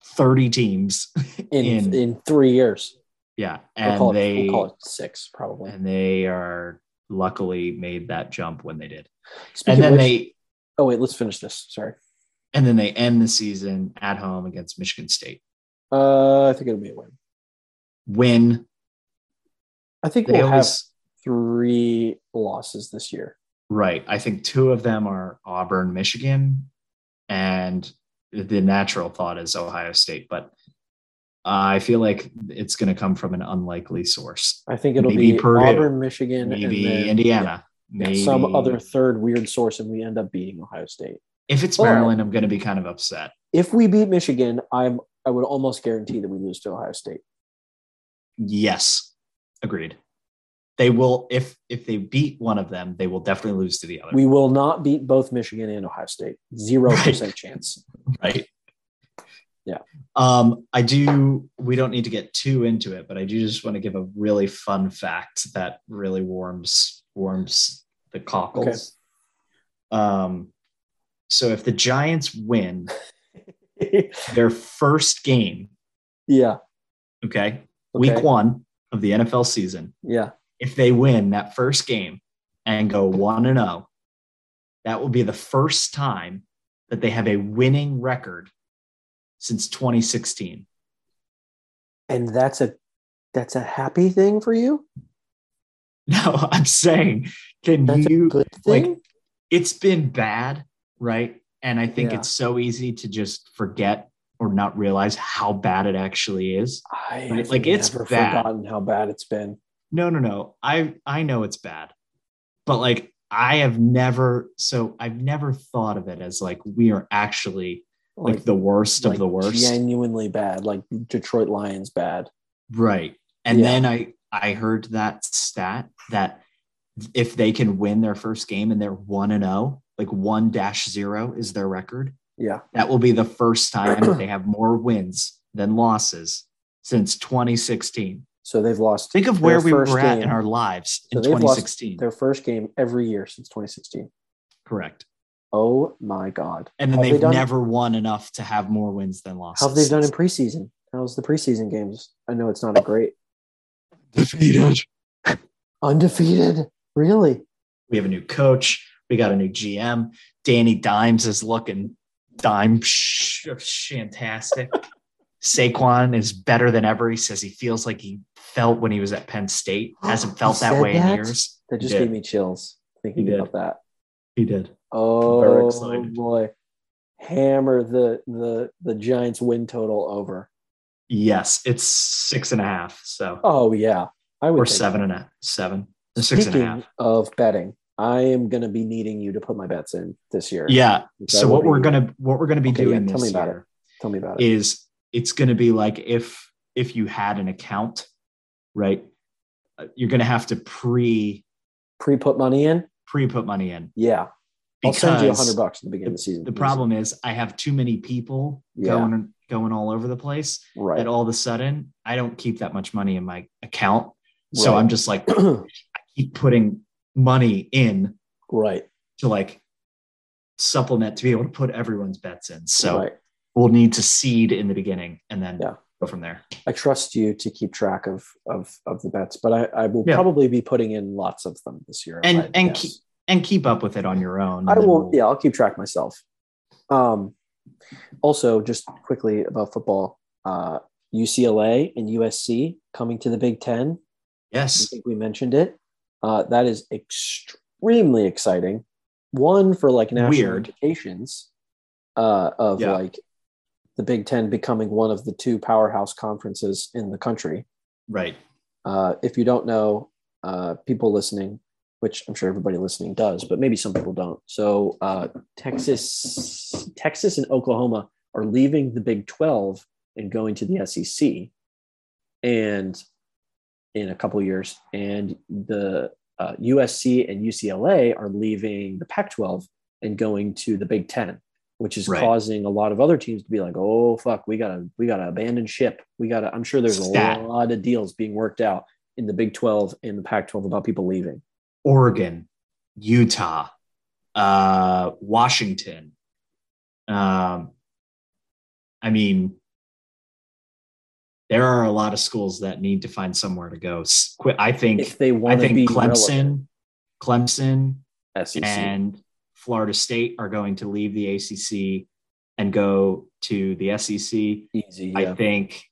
30 teams. *laughs* in in, in- three years Yeah. we'll And call, it, they. we'll call it six probably and they are luckily made that jump when they did. Speaking and then of which- they oh wait let's finish this sorry and then they end the season at home against Michigan State. uh I think it'll be a win win. I think They we'll have always three losses this year. right. I think two of them are Auburn, Michigan, and the natural thought is Ohio State, but I feel like it's going to come from an unlikely source. I think it'll Maybe be Purdue. Auburn, Michigan, and Maybe then, Indiana. yeah, Maybe some other third weird source, and we end up beating Ohio State. If it's Or- Maryland, I'm going to be kind of upset. If we beat Michigan, I'm I would almost guarantee that we lose to Ohio State. Yes, agreed. They will if if they beat one of them, they will definitely lose to the other. We will not beat both Michigan and Ohio State. Zero percent chance. *laughs* right. Yeah. Um, I do. We don't need to get too into it, but I do just want to give a really fun fact that really warms warms the cockles. Um, so if the Giants win their first game, yeah. okay, Okay. week one of the NFL season, Yeah. if they win that first game and go 1 and 0 that will be the first time that they have a winning record since 2016 And that's a that's a happy thing for you? *laughs* no i'm saying can That's a you good like- thing. it's been bad right and i think Yeah. it's so easy to just forget or not realize how bad it actually is I Right, have like, it's never bad. forgotten how bad it's been. no no no i i know it's bad but like i have never so i've never thought of it as like we are actually like, the worst like, of the worst Genuinely bad. Like Detroit Lions bad. Right. And Yeah. then I I heard that stat that if they can win their first game and they're 1 and 0, like 1 dash 0 is their record, Yeah. that will be the first time that they have more wins than losses since 2016. So they've lost Think of where Their we were first at in game. our lives So in they've lost 2016. their first game every year since 2016. Correct. Oh my God. And then Have they they've done- never won enough to have more wins than losses. How have they done in preseason? How's the preseason games? I know it's not a great defeated? *laughs* undefeated. Really? We have a new coach. We got a new GM. Danny Dimes is looking dime sh- shantastic. Saquon is better than ever. He says he feels like he felt when he was at *gasps* Penn State. Hasn't felt He that said way in that? years. That just he gave did. me chills thinking He did. about that. He did. Very Oh excited. boy. Hammer the the the Giants win total over. Yes, it's six and a half. So Oh yeah. I would or think- seven and a seven. Six and a Speaking half. of betting, I am going to be needing you to put my bets in this year. Yeah. Is that So what you- we're gonna what we're gonna be Okay, yeah, doing tell me this about it. year tell me about it. is it's going to be like if if you had an account right Uh, you're going to have to pre Pre put money in. pre put money in Yeah, I'll because send you a hundred bucks at the beginning of the season. the problem is i have too many people Yeah. going going all over the place right? that all of a sudden i don't keep that much money in my account so Right. i'm just like i keep putting money in *clears throat* right. to like supplement to be able to put everyone's bets in so right. we'll need to seed in the beginning and then Yeah. go from there I trust you to keep track of of of the bets, but I, I will Yeah. probably be putting in lots of them this year. if And- I had to and guess. keep- and keep up with it on your I own and then will. we'll- Yeah, I'll keep track myself. Um, also, just quickly about football, uh, UCLA and USC coming to the Big Ten I Yes. think we mentioned it. Uh, that is extremely exciting. One for like national Weird. implications uh, of Yeah. like the Big Ten becoming one of the two powerhouse conferences in the country. Right. Uh, if you don't know, uh, people listening, which I'm sure everybody listening does, but maybe some people don't. So uh, Texas, Texas, and Oklahoma are leaving the Big Twelve and going to the SEC, and in a couple of years, and the uh, USC and UCLA are leaving the Pac-12 and going to the Big Ten, which is Right. causing a lot of other teams to be like, "Oh fuck, we gotta we gotta abandon ship. We gotta." I'm sure there's a Stat. lot of deals being worked out in the Big 12 and the Pac-12 about people leaving. Oregon, Utah, uh, Washington. Um, I mean, there are a lot of schools that need to find somewhere to go. S- qui- I If think they I want to be E think Clemson, Clemson, relevant, SEC, and Florida State are going to leave the ACC and go to the SEC. easy, I yeah. think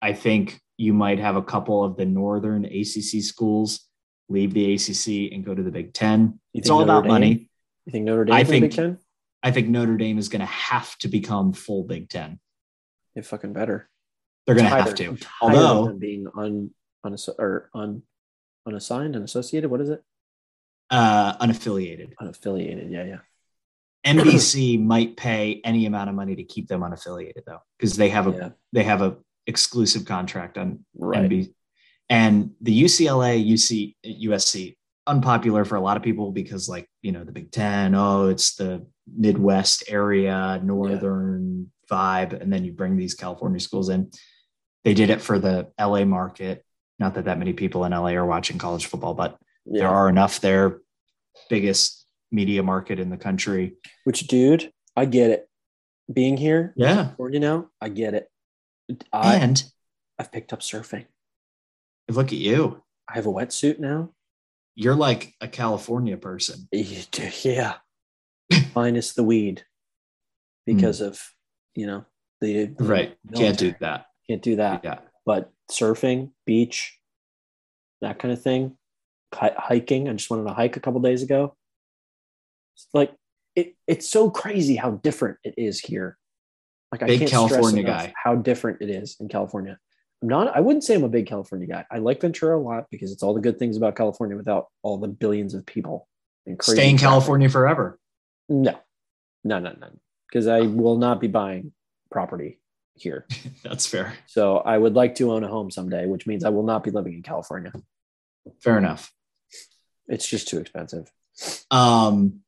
I think you might have a couple of the northern ACC schools leave the ACC and go to the Big Ten. You It's think all Notre about Dame- money. You think Notre Dame? I I think think- Big Ten. I think Notre Dame is going to have to become full Big Ten. They fucking better. They're going to Tired. have to. I'm tired Although- of them being un, unass- or un, unassigned, unassociated. What is it? Uh, unaffiliated. *clears throat* Unaffiliated. Yeah, yeah. NBC might pay any amount of money to keep them unaffiliated though, because they have a yeah, they have a exclusive contract on right. NBC. And the UCLA, UC, USC, unpopular for a lot of people because like you know the Big Ten, oh it's the Midwest area, northern vibe, and then you bring these California schools in. They did it for the LA market. Not that that many people in LA are watching college football, but yeah. there are enough there. Biggest media market in the country. Which, dude, I get it. Being here, Yeah. or you know, I get it. I and I've picked up surfing. look at you. I have a wetsuit now. You're like a California person. *laughs* Yeah, minus the weed because of you know the Hmm. Right. Can't do that. can't do that. Yeah. But surfing, beach, that kind of thing, Hi- hiking. I just went on a hike a couple days ago. It's like it, it's so crazy how different it is here. Like I Big can't stress California enough guy. how different it is in California. I'm not. I wouldn't say I'm a big California guy. I like Ventura a lot because it's all the good things about California without all the billions of people and crazy. Stay in traffic. California forever. No, no, no, no. Because I will not be buying property here. That's fair. So I would like to own a home someday, which means I will not be living in California. Fair enough. It's just too expensive. Um,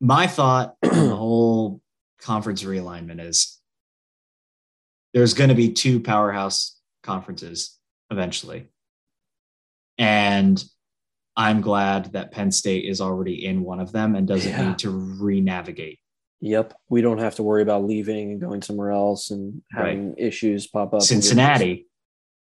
my thought on *clears throat* the whole conference realignment is there's going to be two powerhouse conferences eventually. And I'm glad that Penn State is already in one of them and doesn't Yeah. need to re-navigate. Yep. We don't have to worry about leaving and going somewhere else and having issues pop up. Cincinnati.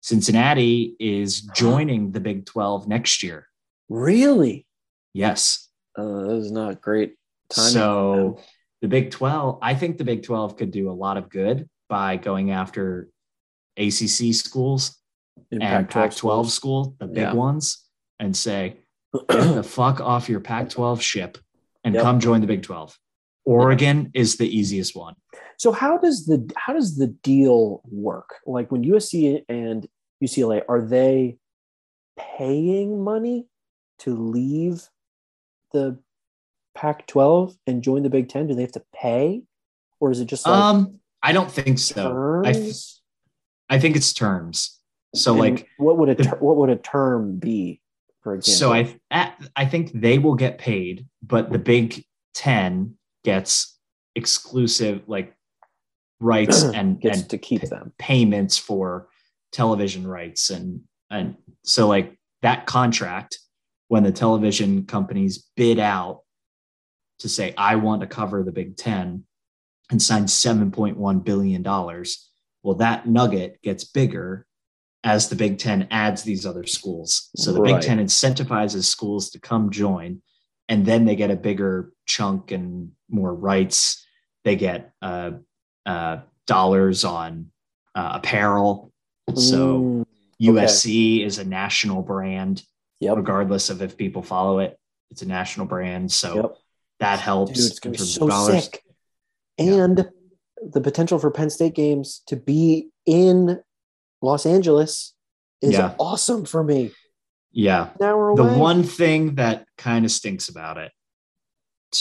Cincinnati is Uh-huh. joining the Big 12 next year. Really? Yes. Uh, that is not great timing. so the Big 12, I think the Big 12 could do a lot of good by going after ACC schools In and Pac 12 schools. school, the big Yeah. ones, and *clears throat* say, get the fuck off your Pac 12 ship and Yep. come join the Big 12. Oregon is the easiest one. So how does the how does the deal work? Like when USC and UCLA are they paying money to leave the Pac-12 and join the Big Ten? Do they have to pay, or is it just like Um, I don't think so. terms? I th- I think it's terms. So, And like, what would a the- ter- what would a term be? For example, So I at- I think they will get paid, but the Big Ten gets exclusive like *clears throat* rights and, gets and to keep them. payments for television rights and and so like that contract when the television companies bid out to say I want to cover the Big Ten and sign 7.1 billion dollars, well that nugget gets bigger as the Big Ten adds these other schools. So the Right. Big Ten incentivizes schools to come join, and then they get a bigger chunk and more rights. They get uh, uh, dollars on uh, apparel. So Mm, USC is a national brand, yep, regardless of if people follow it. It's a national brand, so yep. that helps. Dude, it's in gonna be terms so of dollars. sick. Yeah. And the potential for Penn State games to be in Los Angeles is Yeah. awesome for me. Yeah, An hour the away. one thing that kind of stinks about it,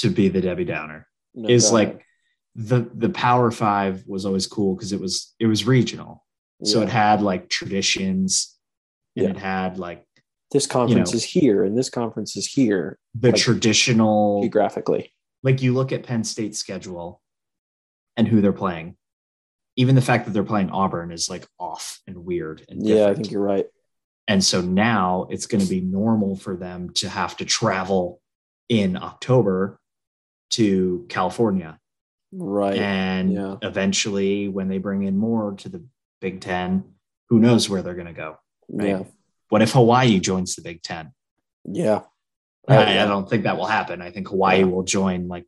to be the Debbie Downer, No is doubt. like the the power five was always cool because it was it was regional so Yeah. it had like traditions and Yeah. it had like this conference know. is here and this conference is here the Like- traditional geographically. like you look at penn state's schedule and who they're playing even the fact that they're playing auburn is like off and weird and Yeah, I different. think you're right. and so now it's going to be normal for them to have to travel in october to california Right. and Yeah. eventually when they bring in more to the big 10 who knows where they're going to go right. Yeah. what if hawaii joins the big 10 Yeah. I, I don't think that will happen i think hawaii Oh, Yeah. will join like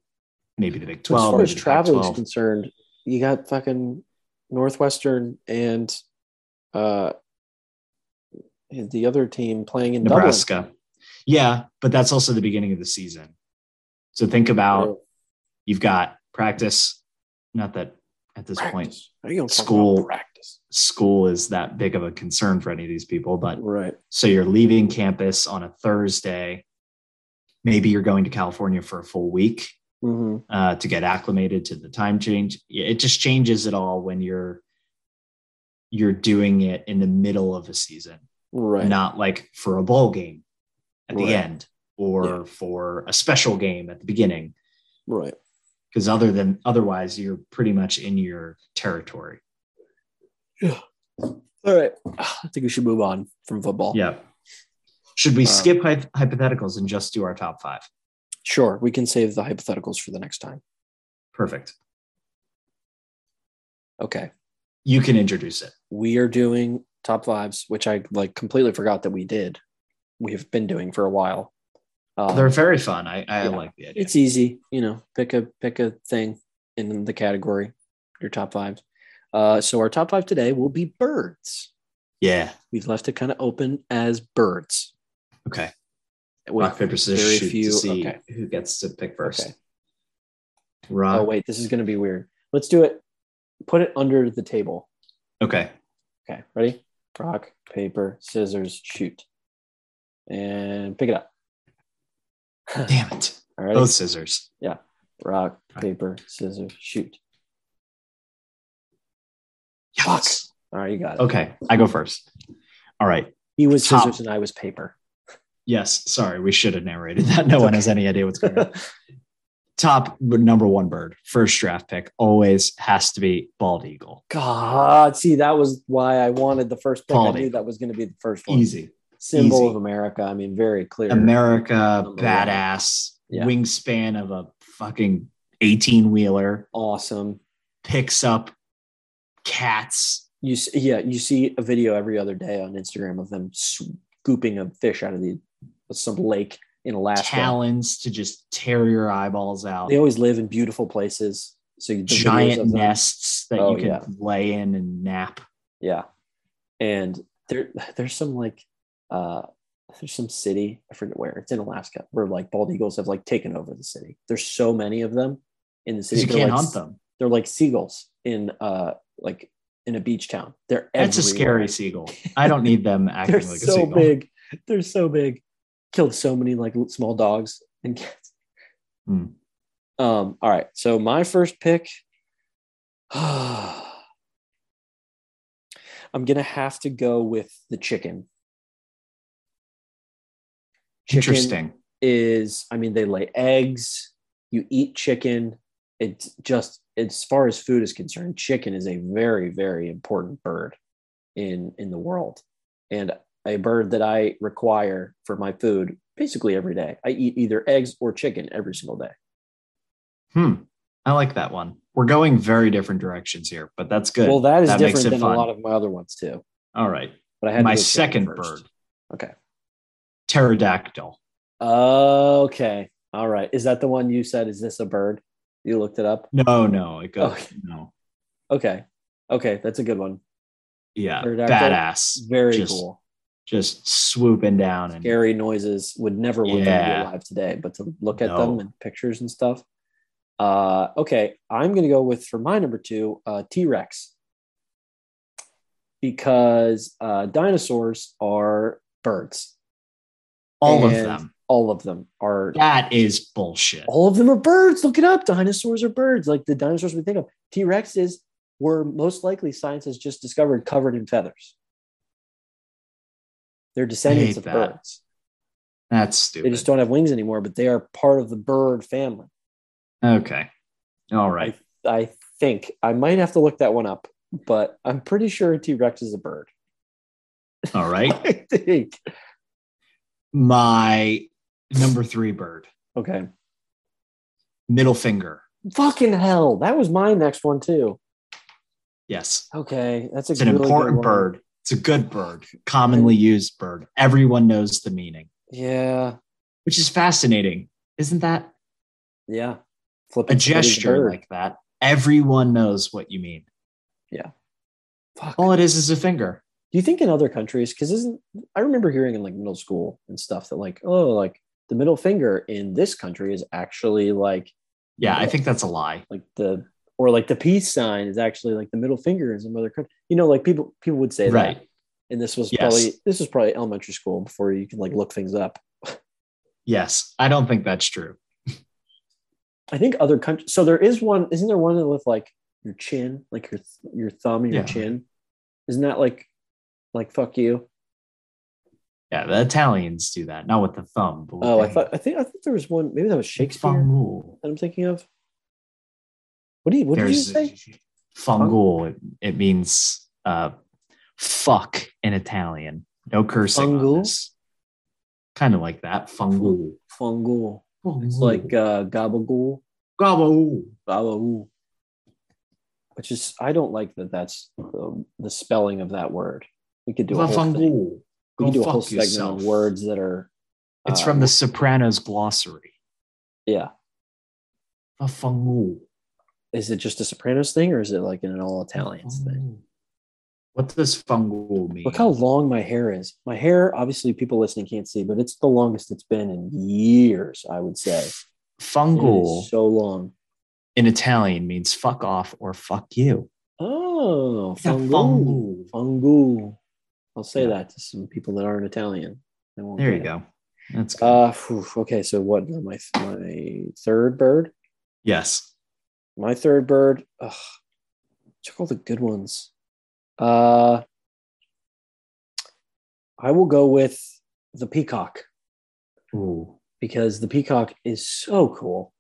maybe the big But 12 as far maybe as the Pac travel is 12. concerned, you got fucking Northwestern and uh the other team playing in Nebraska. Yeah, but that's also the beginning of the season. So think about Dublin. you've got practice. Not that at this point Are you gonna talk about School. practice? school is that big of a concern for any of these people, but Right. so you're leaving campus on a Thursday. Maybe you're going to California for a full week hmm uh, to get acclimated to the time change. It just changes it all when you're you're doing it in the middle of a season, Right. not like for a bowl game at Right. the end or for a special game at the beginning. Right. Because other than otherwise, you're pretty much in your territory. All right. *sighs* I think we should move on from football. Yeah. Should we Um, skip hy- hypotheticals and just do our top five? Sure. We can save the hypotheticals for the next time. Perfect. Okay. You can introduce it. We are doing top fives, which I like completely forgot that we did. We have been doing for a while. Um, They're very fun. I, I yeah. like the idea. it's easy you know pick a pick a thing in the category your top five uh, so our top five today will be birds yeah. we've left it kind of open as birds Okay. With Rock paper scissors very shoot few- to see okay. who gets to pick first. Okay. Rock. oh wait this is going to be weird let's do it put it under the table Okay. okay ready rock paper scissors shoot and pick it up Damn it. all right Both scissors. rock paper scissors shoot Yes. all right you got it Okay. I go first. All right. he was Top. scissors and i was paper Yes. Sorry. We should have narrated that. No one has any idea what's *laughs* going on. Top number one bird, first draft pick, always has to be bald eagle. God, see, that was why I wanted the first pick. I Quality. knew that was going to be the first one. Easy. Symbol easy. of America. I mean, very clear. America, Number one. badass, Yeah. wingspan of a fucking 18 wheeler, Awesome. picks up cats. You s- yeah, you see a video every other day on Instagram of them scooping a fish out of the some lake in Alaska. talons to just tear your eyeballs out. They always live in beautiful places. So you the videos Giant of them- nests that Oh, you can yeah. lay in and nap. Yeah. And there there's some like uh there's some city, I forget where, it's in Alaska, where like bald eagles have like taken over the city. There's so many of them in the 'Cause city. you They're, can't like, hunt them. They're like seagulls in uh like in a beach town. They're That's a everywhere. scary seagull. I don't need *laughs* them acting They're like a so seagull. big. They're so big. Killed so many like l- small dogs and cats. Hmm. Um, all right. So my first pick. *sighs* I'm gonna have to go with the chicken. Chicken Interesting. is, I mean, they lay eggs. You eat chicken. It's just as far as food is concerned, chicken is a very, very important bird in in the world, and a bird that I require for my food basically every day. I eat either eggs or chicken every single day. Hmm. I like that one. We're going very different directions here, but that's good. Well, that is That makes different it than fun. a lot of my other ones too. All right. But I had to My go chicken second first. bird. Okay. Pterodactyl. Okay. All right. Is that the one you said? Is this a bird? You looked it up. No, no, it goes. Okay. No. Okay. Okay, that's a good one. Yeah. Pterodactyl. Badass. Very Just- cool. Just swooping down and Scary noises. Would never want them to Yeah. be alive today, but to look at No. them in pictures and stuff. Uh, okay, I'm gonna go with for my number two, uh, T Rex, because uh, dinosaurs are birds. all of And them. All of them are That is bullshit. all of them are birds. Look it up. Dinosaurs are birds. Like the dinosaurs we think of. T Rexes were most likely science has just discovered covered in feathers. They're descendants of that. birds. That's They stupid. just don't have wings anymore, but they are part of the bird family. Okay. *laughs* All right. I think I might have to look that one up, but I'm pretty sure a T Rex is a bird. *laughs* All right. I think. My number three bird, Okay. middle finger. Fucking hell. That was my next one, too. Yes. Okay. That's a It's an really good important one. bird. It's a good bird, commonly used bird. Everyone knows the meaning, Yeah. which is fascinating. Isn't that Yeah. Flipping a somebody's gesture bird. like that? Everyone knows what you mean. Fuck. All it is is a finger. Do you think in other countries, because isn't I remember hearing in like middle school and stuff that like, oh, like the middle finger in this country is actually like Yeah, I think that's a lie. like the or like the peace sign is actually like the middle finger in some other country. You know, like people people would say Right. that. And this was Yes. probably this was probably elementary school before you can like look things up. Yes. I don't think that's true. I think other countries. So there is one. Isn't there one with like your chin, like your th- your thumb and your Yeah. chin? Isn't that like like fuck you? Yeah, the Italians do that. Not with the thumb, but with Oh, I the- thought I think I think there was one. Maybe that was Shakespeare Fungul. that I'm thinking of. What do you What did you There's- say? Fungul. It, it means uh, fuck in Italian. No cursing. on Fungul? this. Kind of like that. Fungul. Fungal. It's like uh, gabagool, gobble. gabagool. Which is I don't like that. That's the, the spelling of that word. We could do a whole thing. Fungul. We could Go do a whole fuck segment yourself. on words that are. It's uh, from the Sopranos glossary. yeah. A fungul. Is it just a Sopranos thing, or is it like an all Italians thing? What does fungul mean? Look how long my hair is. My hair, obviously, people listening can't see, but it's the longest it's been in years, I would say. It is fungul so long. in Italian means fuck off or fuck you. Oh, It's a fungal. Fungal. I'll say Yeah. that to some people that aren't Italian. They won't There get you it. go. That's good. Uh, phew, okay, so what? My, my third bird? yes. My third bird. Ugh, took all the good ones. Uh, I will go with the peacock. Ooh. because the peacock is so cool.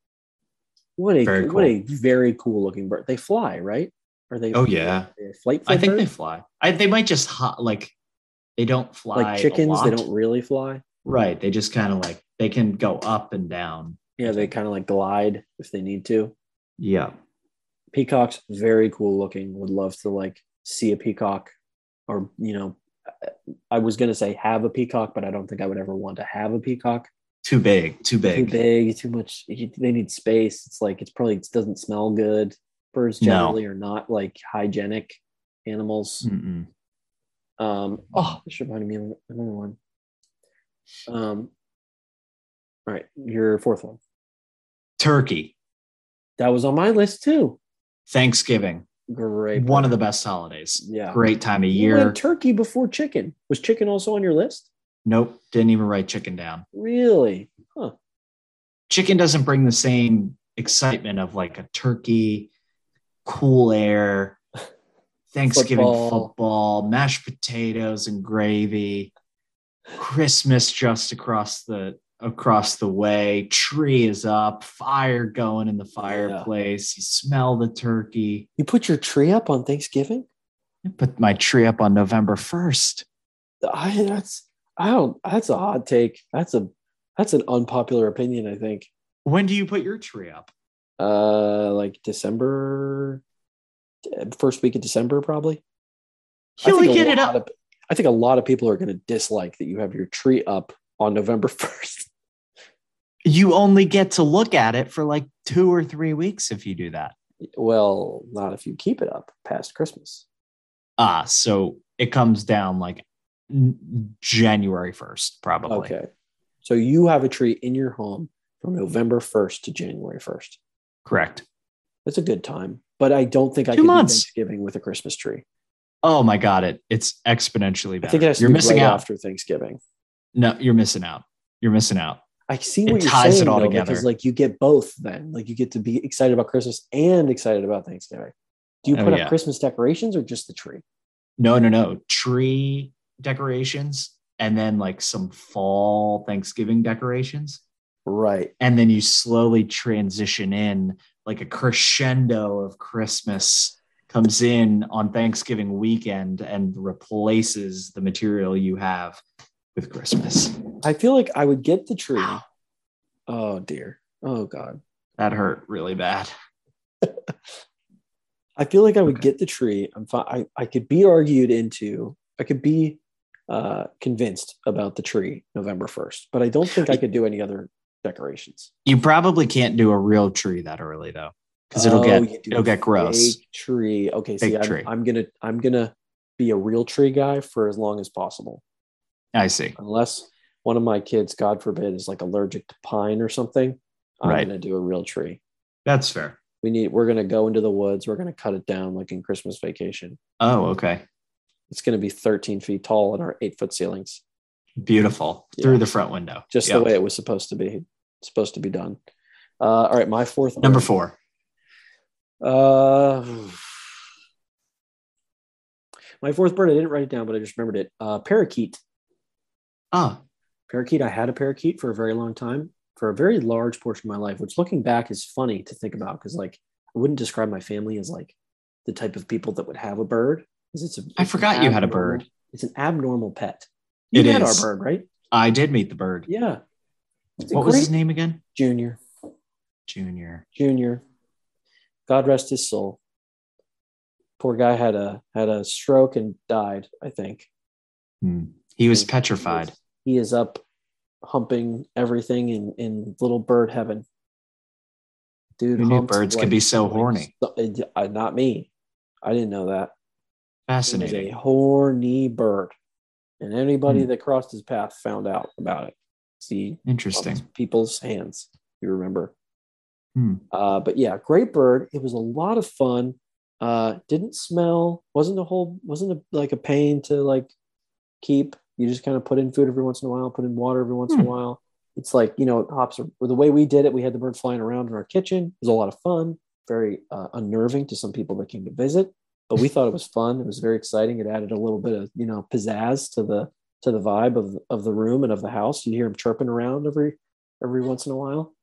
What a Very what a very cool looking bird. They fly, right? Are they? Oh, yeah. are they a flight. I think bird? they fly. I, they might just hot like they don't fly like a chickens. lot. They don't really fly. right. They just kind of like they can go up and down. Yeah, they kind of like glide if they need to. Yeah. Peacocks very cool looking. Would love to like see a peacock, or you know, I was gonna say have a peacock, but I don't think I would ever want to have a peacock. Too big. Too big. Too big, too much. you- They need space. It's like it's probably it doesn't smell good. Birds No. generally are not like hygienic animals. Mm-mm. Mm. Um, oh, this reminded me of another one. Um, all right, your fourth one. Turkey. That was on my list too. Thanksgiving. Great. One of the best holidays. Yeah. Great time of You year. had turkey before chicken. Was chicken also on your list? nope. Didn't even write chicken down. Really? Chicken doesn't bring the same excitement of like a turkey, *laughs* cool air, Thanksgiving Football. football, mashed potatoes and gravy, Christmas just across the across the way. Tree is up, fire going in the fireplace. You smell the turkey. You put your tree up on Thanksgiving? I put my tree up on November 1st. I that's I don't that's a hot take. That's a that's an unpopular opinion, I think. When do you put your tree up? Uh like December first week of December probably. I He'll think a get it lot up. of- I think a lot of people are going to dislike that you have your tree up on November *laughs* 1st. you only get to look at it for like two or three weeks if you do that. Well, not if you keep it up past Christmas. Ah, so it comes down like n- January 1st, probably. Okay. So you have a tree in your home from November 1st to January 1st. Correct. That's a good time, but I don't think I Two can months. do Thanksgiving with a Christmas tree. Oh my God, it it's exponentially better. I think it has to you're be missing right out. after Thanksgiving. No, you're missing out. You're missing out. I see It what you're ties it saying all though, together. because like you get both then. Like you get to be excited about Christmas and excited about Thanksgiving. Do you Oh, put up yeah. Christmas decorations or just the tree? No, no, no. Tree decorations and then like some fall Thanksgiving decorations. Right. And then you slowly transition in like a crescendo of Christmas comes in on Thanksgiving weekend and replaces the material you have with Christmas. I feel like I would get the *gasps* tree. Oh dear. Oh god. That hurt really bad. I feel like I would Okay. get the tree. I'm fine. I, I could be argued into. I could be uh, convinced about the tree November first, but I don't think I could do any other decorations. You probably can't do a real tree that early though, because it'll Oh, get you do it'll a get gross. Fake tree. Okay. See, Fake I'm, tree. I'm gonna I'm gonna be a real tree guy for as long as possible, I see. unless one of my kids, God forbid, is like allergic to pine or something. I'm Right. gonna do a real tree. That's fair. We need. We're gonna go into the woods. We're gonna cut it down like in Christmas Vacation. Oh, okay. It's gonna be 13 feet tall and our eight foot ceilings, Beautiful. Yeah. Through the front window. just Yeah. the way it was supposed to be. Supposed to be done. Uh, all right, my fourth Number word. four. Uh, my fourth bird, I didn't write it down, but I just remembered it. Uh, parakeet. Ah, Parakeet. I had a parakeet for a very long time, for a very large portion of my life, which looking back is funny to think about because, like, I wouldn't describe my family as like the type of people that would have a bird. 'cause It's a, I it's an forgot you had a abnormal- bird. It's an abnormal pet. You It had is. our bird, right? I did meet the bird. Yeah. It's a What was great- his name again? Junior. Junior. Junior. God rest his soul. Poor guy had a had a stroke and died. I think Hmm. He was He- petrified. he is up humping everything in in little bird heaven. Dude, Who knew humps birds like- could be so horny? so- uh, Not me. I didn't know that. He was a Fascinating. horny bird, and anybody Hmm. that crossed his path found out about it. See, Interesting. people's hands. You remember. Hmm. Uh, but yeah, great bird. It was a lot of fun. Uh, didn't smell. wasn't a whole. wasn't a, like a pain to like keep. You just kind of put in food every once in a while, put in water every once in Hmm. a while. It's like you know, hops. Are, the way we did it, we had the bird flying around in our kitchen. It was a lot of fun. Very uh, unnerving to some people that came to visit, but we thought it was fun. It was very exciting. It added a little bit of you know pizzazz to the to the vibe of of the room and of the house. You hear him chirping around every every once in a while.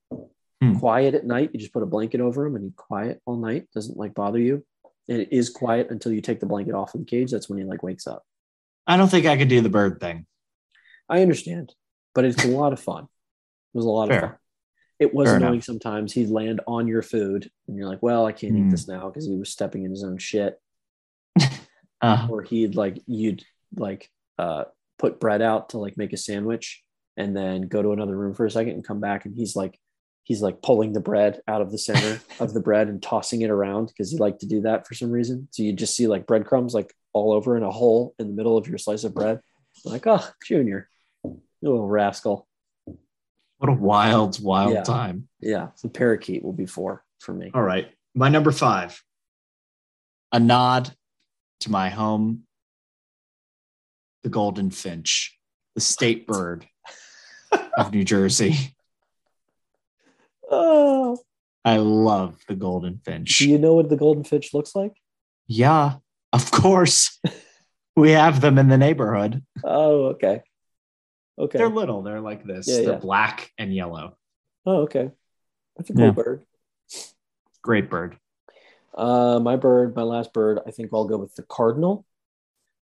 Hmm. Quiet at night. You just put a blanket over him and he's quiet all night. Doesn't like bother you. And it is quiet until you take the blanket off of the cage. That's when he like wakes up. I don't think I could do the bird thing. I understand, but it's a lot of fun. It was a lot of fun. Fair. It was Fair annoying enough. sometimes. He'd land on your food and you're like, well, I can't Hmm. eat this now because he was stepping in his own shit. Uh, Or he'd like, you'd like uh, put bread out to like make a sandwich and then go to another room for a second and come back and he's like, he's like pulling the bread out of the *laughs* center of the bread and tossing it around because he liked to do that for some reason. So you just see like breadcrumbs like all over in a hole in the middle of your slice of bread. Like, oh, Junior, you little rascal. what a wild, wild Yeah. time. Yeah, the parakeet will be four for me. All right. My number five. A nod to my home, the golden finch, the state bird of New Jersey. *laughs* Oh, I love the golden finch. do you know what the golden finch looks like? Yeah, of course. we have them in the neighborhood. Oh, okay, okay. They're little. They're like this. Yeah, They're yeah. black and yellow. Oh, okay. That's a cool Yeah. bird. Great bird. Uh, my bird, my last bird. I think I'll go with the cardinal.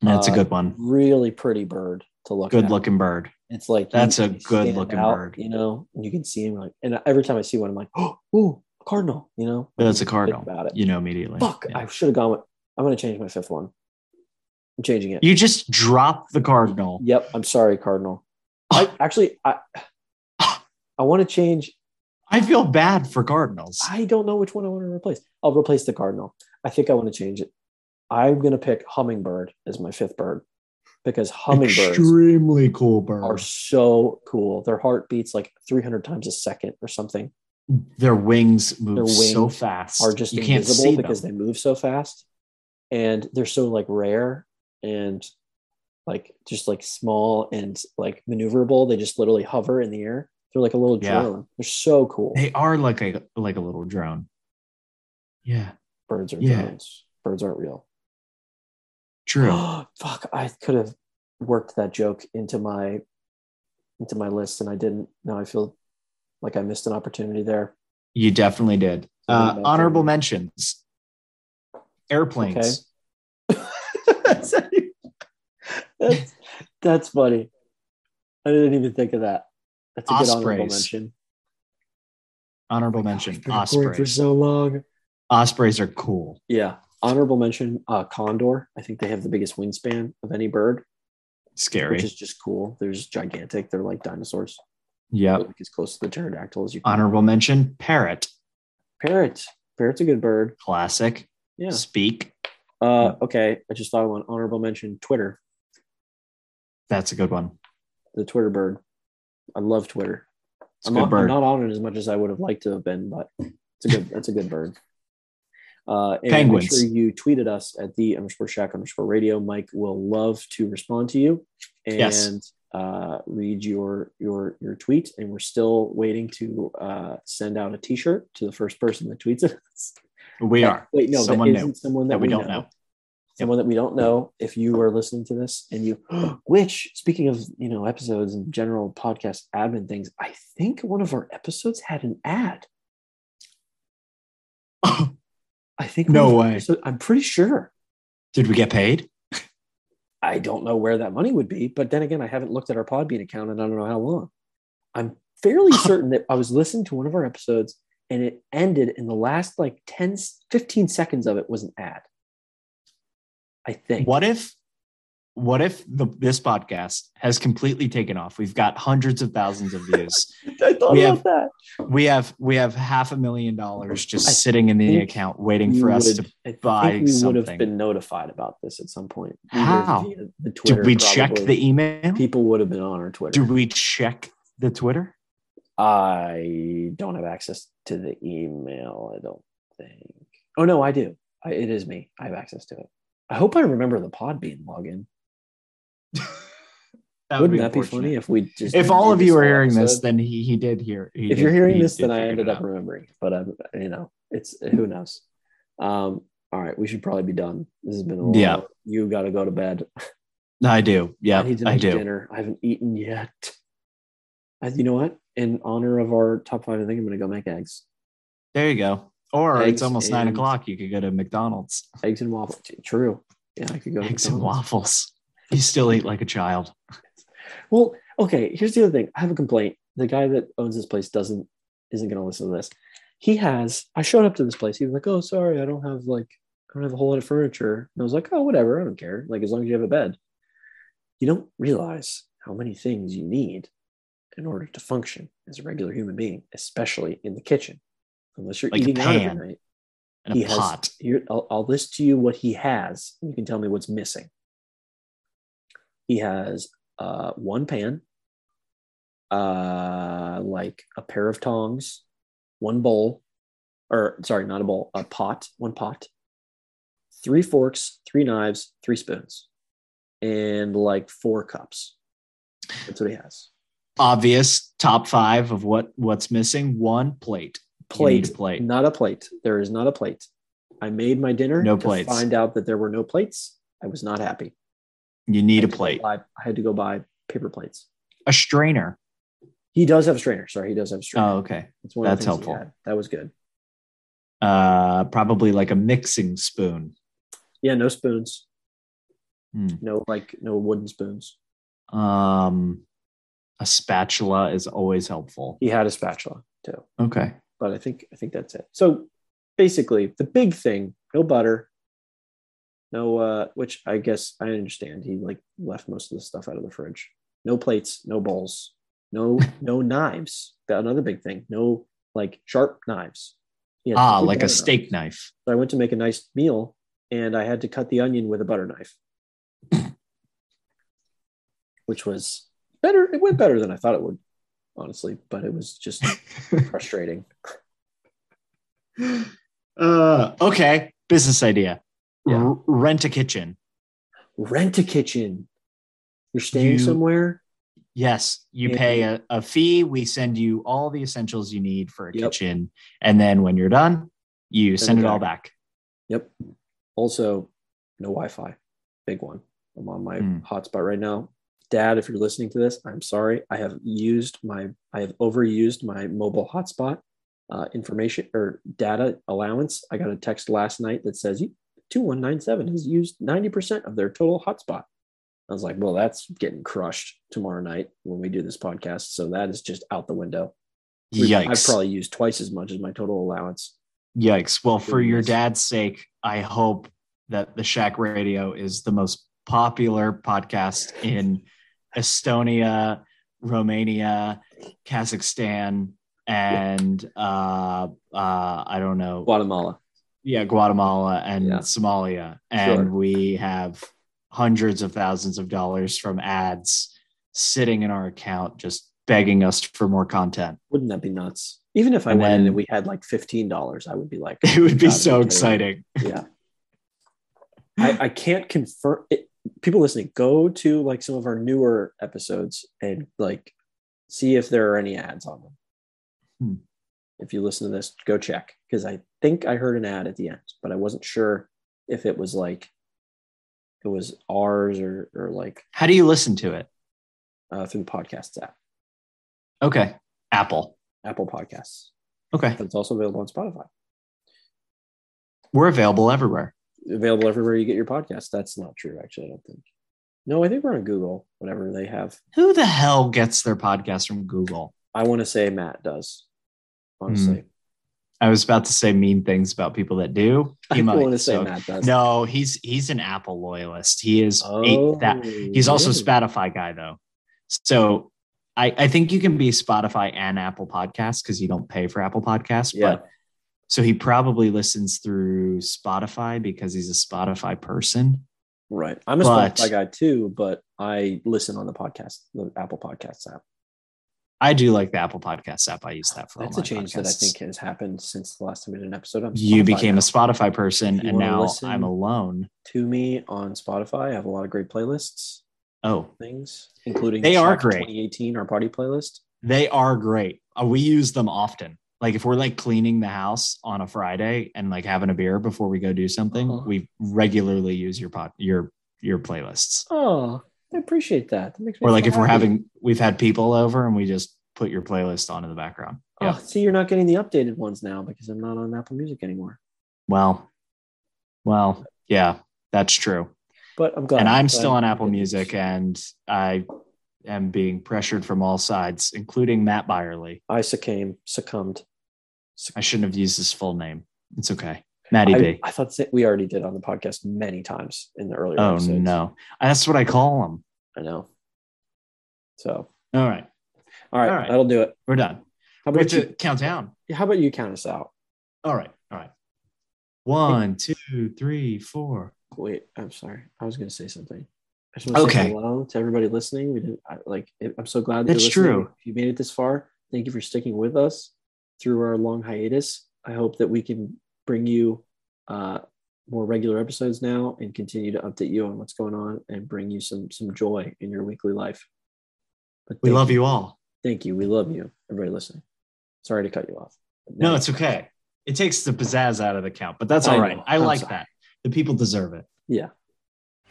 That's Uh, a good one. Really pretty bird to look. Good at. looking bird. It's like That's a they good stand looking bird. You know, and you can see him like. And every time I see one, I'm like, *gasps* oh, ooh, a cardinal. You know, That's a Think cardinal. About it. You know immediately. Fuck, Yeah. I should have gone. With, I'm gonna change my fifth one. I'm changing it. You just drop the cardinal. Yep. I'm sorry, cardinal. *laughs* I actually I I want to change. I feel bad for cardinals. I don't know which one I want to replace. I'll replace the cardinal. I think I want to change it. I'm going to pick hummingbird as my fifth bird because hummingbirds Extremely cool are bird. so cool. Their heart beats like 300 times a second or something. Their wings move Their so wings fast. Are just you can't invisible see because them. they move so fast, and they're so like rare and like just like small and like maneuverable. They just literally hover in the air. They're like a little Yeah. drone. They're so cool. They are like a like a little drone. Yeah, Birds are Yeah. drones. Birds aren't real. true. *gasps* Fuck, I could have worked that joke into my into my list and I didn't. Now I feel like I missed an opportunity there. You definitely did. Uh, Honorable honorable mentions. Airplanes. that's, *laughs* that's funny. I didn't even think of that. That's a good honorable Ospreys. mention. *laughs* Honorable mention. We've been recording for Ospreys. so long. Ospreys are cool. Yeah. Honorable mention, uh, condor. I think they have the biggest wingspan of any bird, Scary. which is just cool. They're just gigantic. They're like dinosaurs. yep. They're like as close to the pterodactyl as you can. Honorable mention. Parrot. Parrot. Parrot's a good bird. Classic. Yeah. Speak. Uh, okay, I just thought of one honorable mention: Twitter, That's a good one. the Twitter bird. I love Twitter. It's a I'm good not, I'm bird. not on it as much as I would have liked to have been, but it's a good. That's a good bird. Uh, and Penguins. Make sure you tweeted us at the underscore shack underscore radio. Mike will love to respond to you and Yes. uh, read your your your tweet. And we're still waiting to uh, send out a T-shirt to the first person that tweets us. we are. Wait, no, Someone that new isn't someone that, that we don't know. Someone that we don't know. If you are listening to this and you, *gasps* which speaking of you know episodes and general podcast admin things, I think one of our episodes had an ad. *laughs* I think one No *laughs* of our way. episode- I'm pretty sure. Did we get paid? I don't know where that money would be, but then again, I haven't looked at our Podbean account and I don't know how long. I'm *laughs* fairly certain that I was listening to one of our episodes and it ended in the last like 10, 15 seconds of it was an ad. I think. What if what if the, this podcast has completely taken off? We've got hundreds of thousands of *laughs* views. I thought We about have- that. we have we have half a million dollars just I sitting in the think account waiting for us to I buy think we would have something. been notified about this at some point. Either How? via The Twitter, did we check probably. the email? people would have been on our Twitter? Did we check *laughs* the Twitter? I don't have access to the email. I don't think. Oh no, I do. I, it is me. I have access to it. I hope I remember the Podbean login. That Wouldn't would that be funny unfortunate. if we just If all of did this you are whole hearing this, episode? then he he did hear. he if did- you're hearing he this, did then I figure ended it up out. remembering. But I'm, you know, it's who knows. Um, all right, we should probably be done. This has been a little. Yeah. You got to go to bed. I do. Yeah, I need to I make do. dinner. I haven't eaten yet. I, you know what? In honor of our top five, I think I'm going to go make eggs, There you go. Or Eggs it's almost nine and- o'clock. You could go to McDonald's. eggs and waffles. True. Yeah, I could go. to Eggs and McDonald's. waffles. You still eat like a child. Well, okay. Here's the other thing. I have a complaint. The guy that owns this place doesn't isn't going to listen to this. He has. I showed up to this place. He was like, "Oh, sorry, I don't have like I don't have a whole lot of furniture." And I was like, "Oh, whatever. I don't care. Like as long as you have a bed." You don't realize how many things you need in order to function as a regular human being, especially in the kitchen, unless you're Like a eating out pan. every night. In a He has- pot. Here, I'll, I'll list to you what he has. and You can tell me what's missing. He has uh, one pan, uh, like a pair of tongs, one bowl, or sorry, not a bowl, a pot, one pot, three forks, three knives, three spoons, and like four cups. That's what he has. Obvious top five of what what's missing. One plate. You need Plate, a plate. Not a plate. There is not a plate. I made my dinner. No to plates. Find out that there were no plates. I was not happy. You need I had to a go plate. buy- I had to go buy paper plates. A strainer. He does have a strainer. Sorry, he does have a strainer. Oh, okay. That's one of the that's things he helpful. had. That was good. Uh, probably like a mixing spoon. Yeah, no spoons. Hmm. No like no wooden spoons. Um, a spatula is always helpful. He had a spatula too. Okay. But I think I think that's it. So basically the big thing, no butter. No uh which I guess I understand. He like left most of the stuff out of the fridge. No plates, no bowls, *laughs* no no knives. That another big thing. No like sharp knives. He had Ah, two like a butter *gasps* steak knife. So I went to make a nice meal and I had to cut the onion with a butter knife, which was better. It went better than I thought it would, honestly, but it was just frustrating. uh, okay. Business idea. Yeah. R- rent a kitchen. Rent a kitchen. You're staying You- somewhere. Yes, you Yeah. pay a, a fee. We send you all the essentials you need for a Yep. kitchen. And then when you're done, you Send send it it all back. Yep. Also, no Wi Fi. Big one. I'm on my Mm. hotspot right now. Dad, if you're listening to this, I'm sorry. I have used my, I have overused my mobile hotspot uh, information or data allowance. I got a text last night that says 2197 has used 90% of their total hotspot. I was like, well, that's getting crushed tomorrow night when we do this podcast. So that is just out the window. We've- Yikes. I've probably used twice as much as my total allowance. Yikes. Well, for your Goodness. dad's sake, I hope that the Shack Radio is the most popular podcast in Estonia, Romania, Kazakhstan, and uh, uh, I don't know, Guatemala. yeah, Guatemala and Yeah. Somalia, and Sure. we have hundreds of thousands of dollars from ads sitting in our account, just begging us for more content. *laughs* Wouldn't that be nuts? Even if I And went in then- and we had like fifteen dollars, I would be *laughs* like, It would be God, so okay. exciting. yeah. I, I can't confirm it. People listening, go to like some of our newer episodes and like see if there are any ads on them. Hmm. If you listen to this, go check because I think I heard an ad at the end, but I wasn't sure if it was like it was ours or or like How do you listen to it? uh, through the podcast app, Okay, Apple. Apple Podcasts. Okay, But it's also available on Spotify. we're available everywhere. Available everywhere you get your podcast. That's not true, actually. I don't think. No, I think we're on Google. Whatever they have Who the hell gets their podcast from Google? I want to say Matt does. Honestly, I was about to say mean things about people that do. Hmm, *laughs* He I might, want to say so- Matt does. No, he's he's an Apple loyalist. He is Oh, eight, that He's also a really? Spotify guy though. So I, I think you can be Spotify and Apple Podcasts because you don't pay for Apple Podcasts. Yeah. But so he probably listens through Spotify because he's a Spotify person. right. I'm a But- Spotify guy too, but I listen on the podcast, the Apple Podcasts app. I do like the Apple Podcasts app. I use that for all That's a my change that I podcasts. think has happened since the last time we did an episode. I'm You became now. a Spotify person If you and wanna now listen- I'm alone. to me on Spotify. I have a lot of great playlists, Oh, things, including They are Track great. 2018, our party playlist. they are great. Uh, We use them often. Like if we're like cleaning the house on a Friday and like having a beer before we go do something, Uh-huh. we regularly use your pot your your playlists. Oh, I appreciate that. That makes me Or like feel if we're happy. having we've had people over and we just put your playlist on in the background. Oh, Yeah. see, you're not getting the updated ones now because I'm not on Apple Music anymore. Well, well, yeah, that's true. But I'm glad. and I'm glad still on you Apple did. Music and I am being pressured from all sides, including Matt Byerly. I succumbed. Succumbed. I shouldn't have used his full name. It's okay. Matty I, B. I thought that we already did on the podcast many times in the earlier Oh episodes. no. That's what I call him. I know. So, All right. all right, All right. that'll do it. We're done. How We have about to you? count down. How about you count us out? All right. All right. One, two, three, four. Wait, I'm sorry. I was going to say something. I just want to say Okay. hello to everybody listening. We didn't I, like. it- I'm so glad that That's you're listening. true. If you made it this far, thank you for sticking with us through our long hiatus. I hope that we can bring you uh, more regular episodes now and continue to update you on what's going on and bring you some some joy in your weekly life. But We thank love you all. Thank you. We love you, everybody listening. Sorry to cut you off. No, it's okay. It takes the pizzazz out of the count, but that's I all right. know. I I'm like sorry. that. The people deserve it. yeah.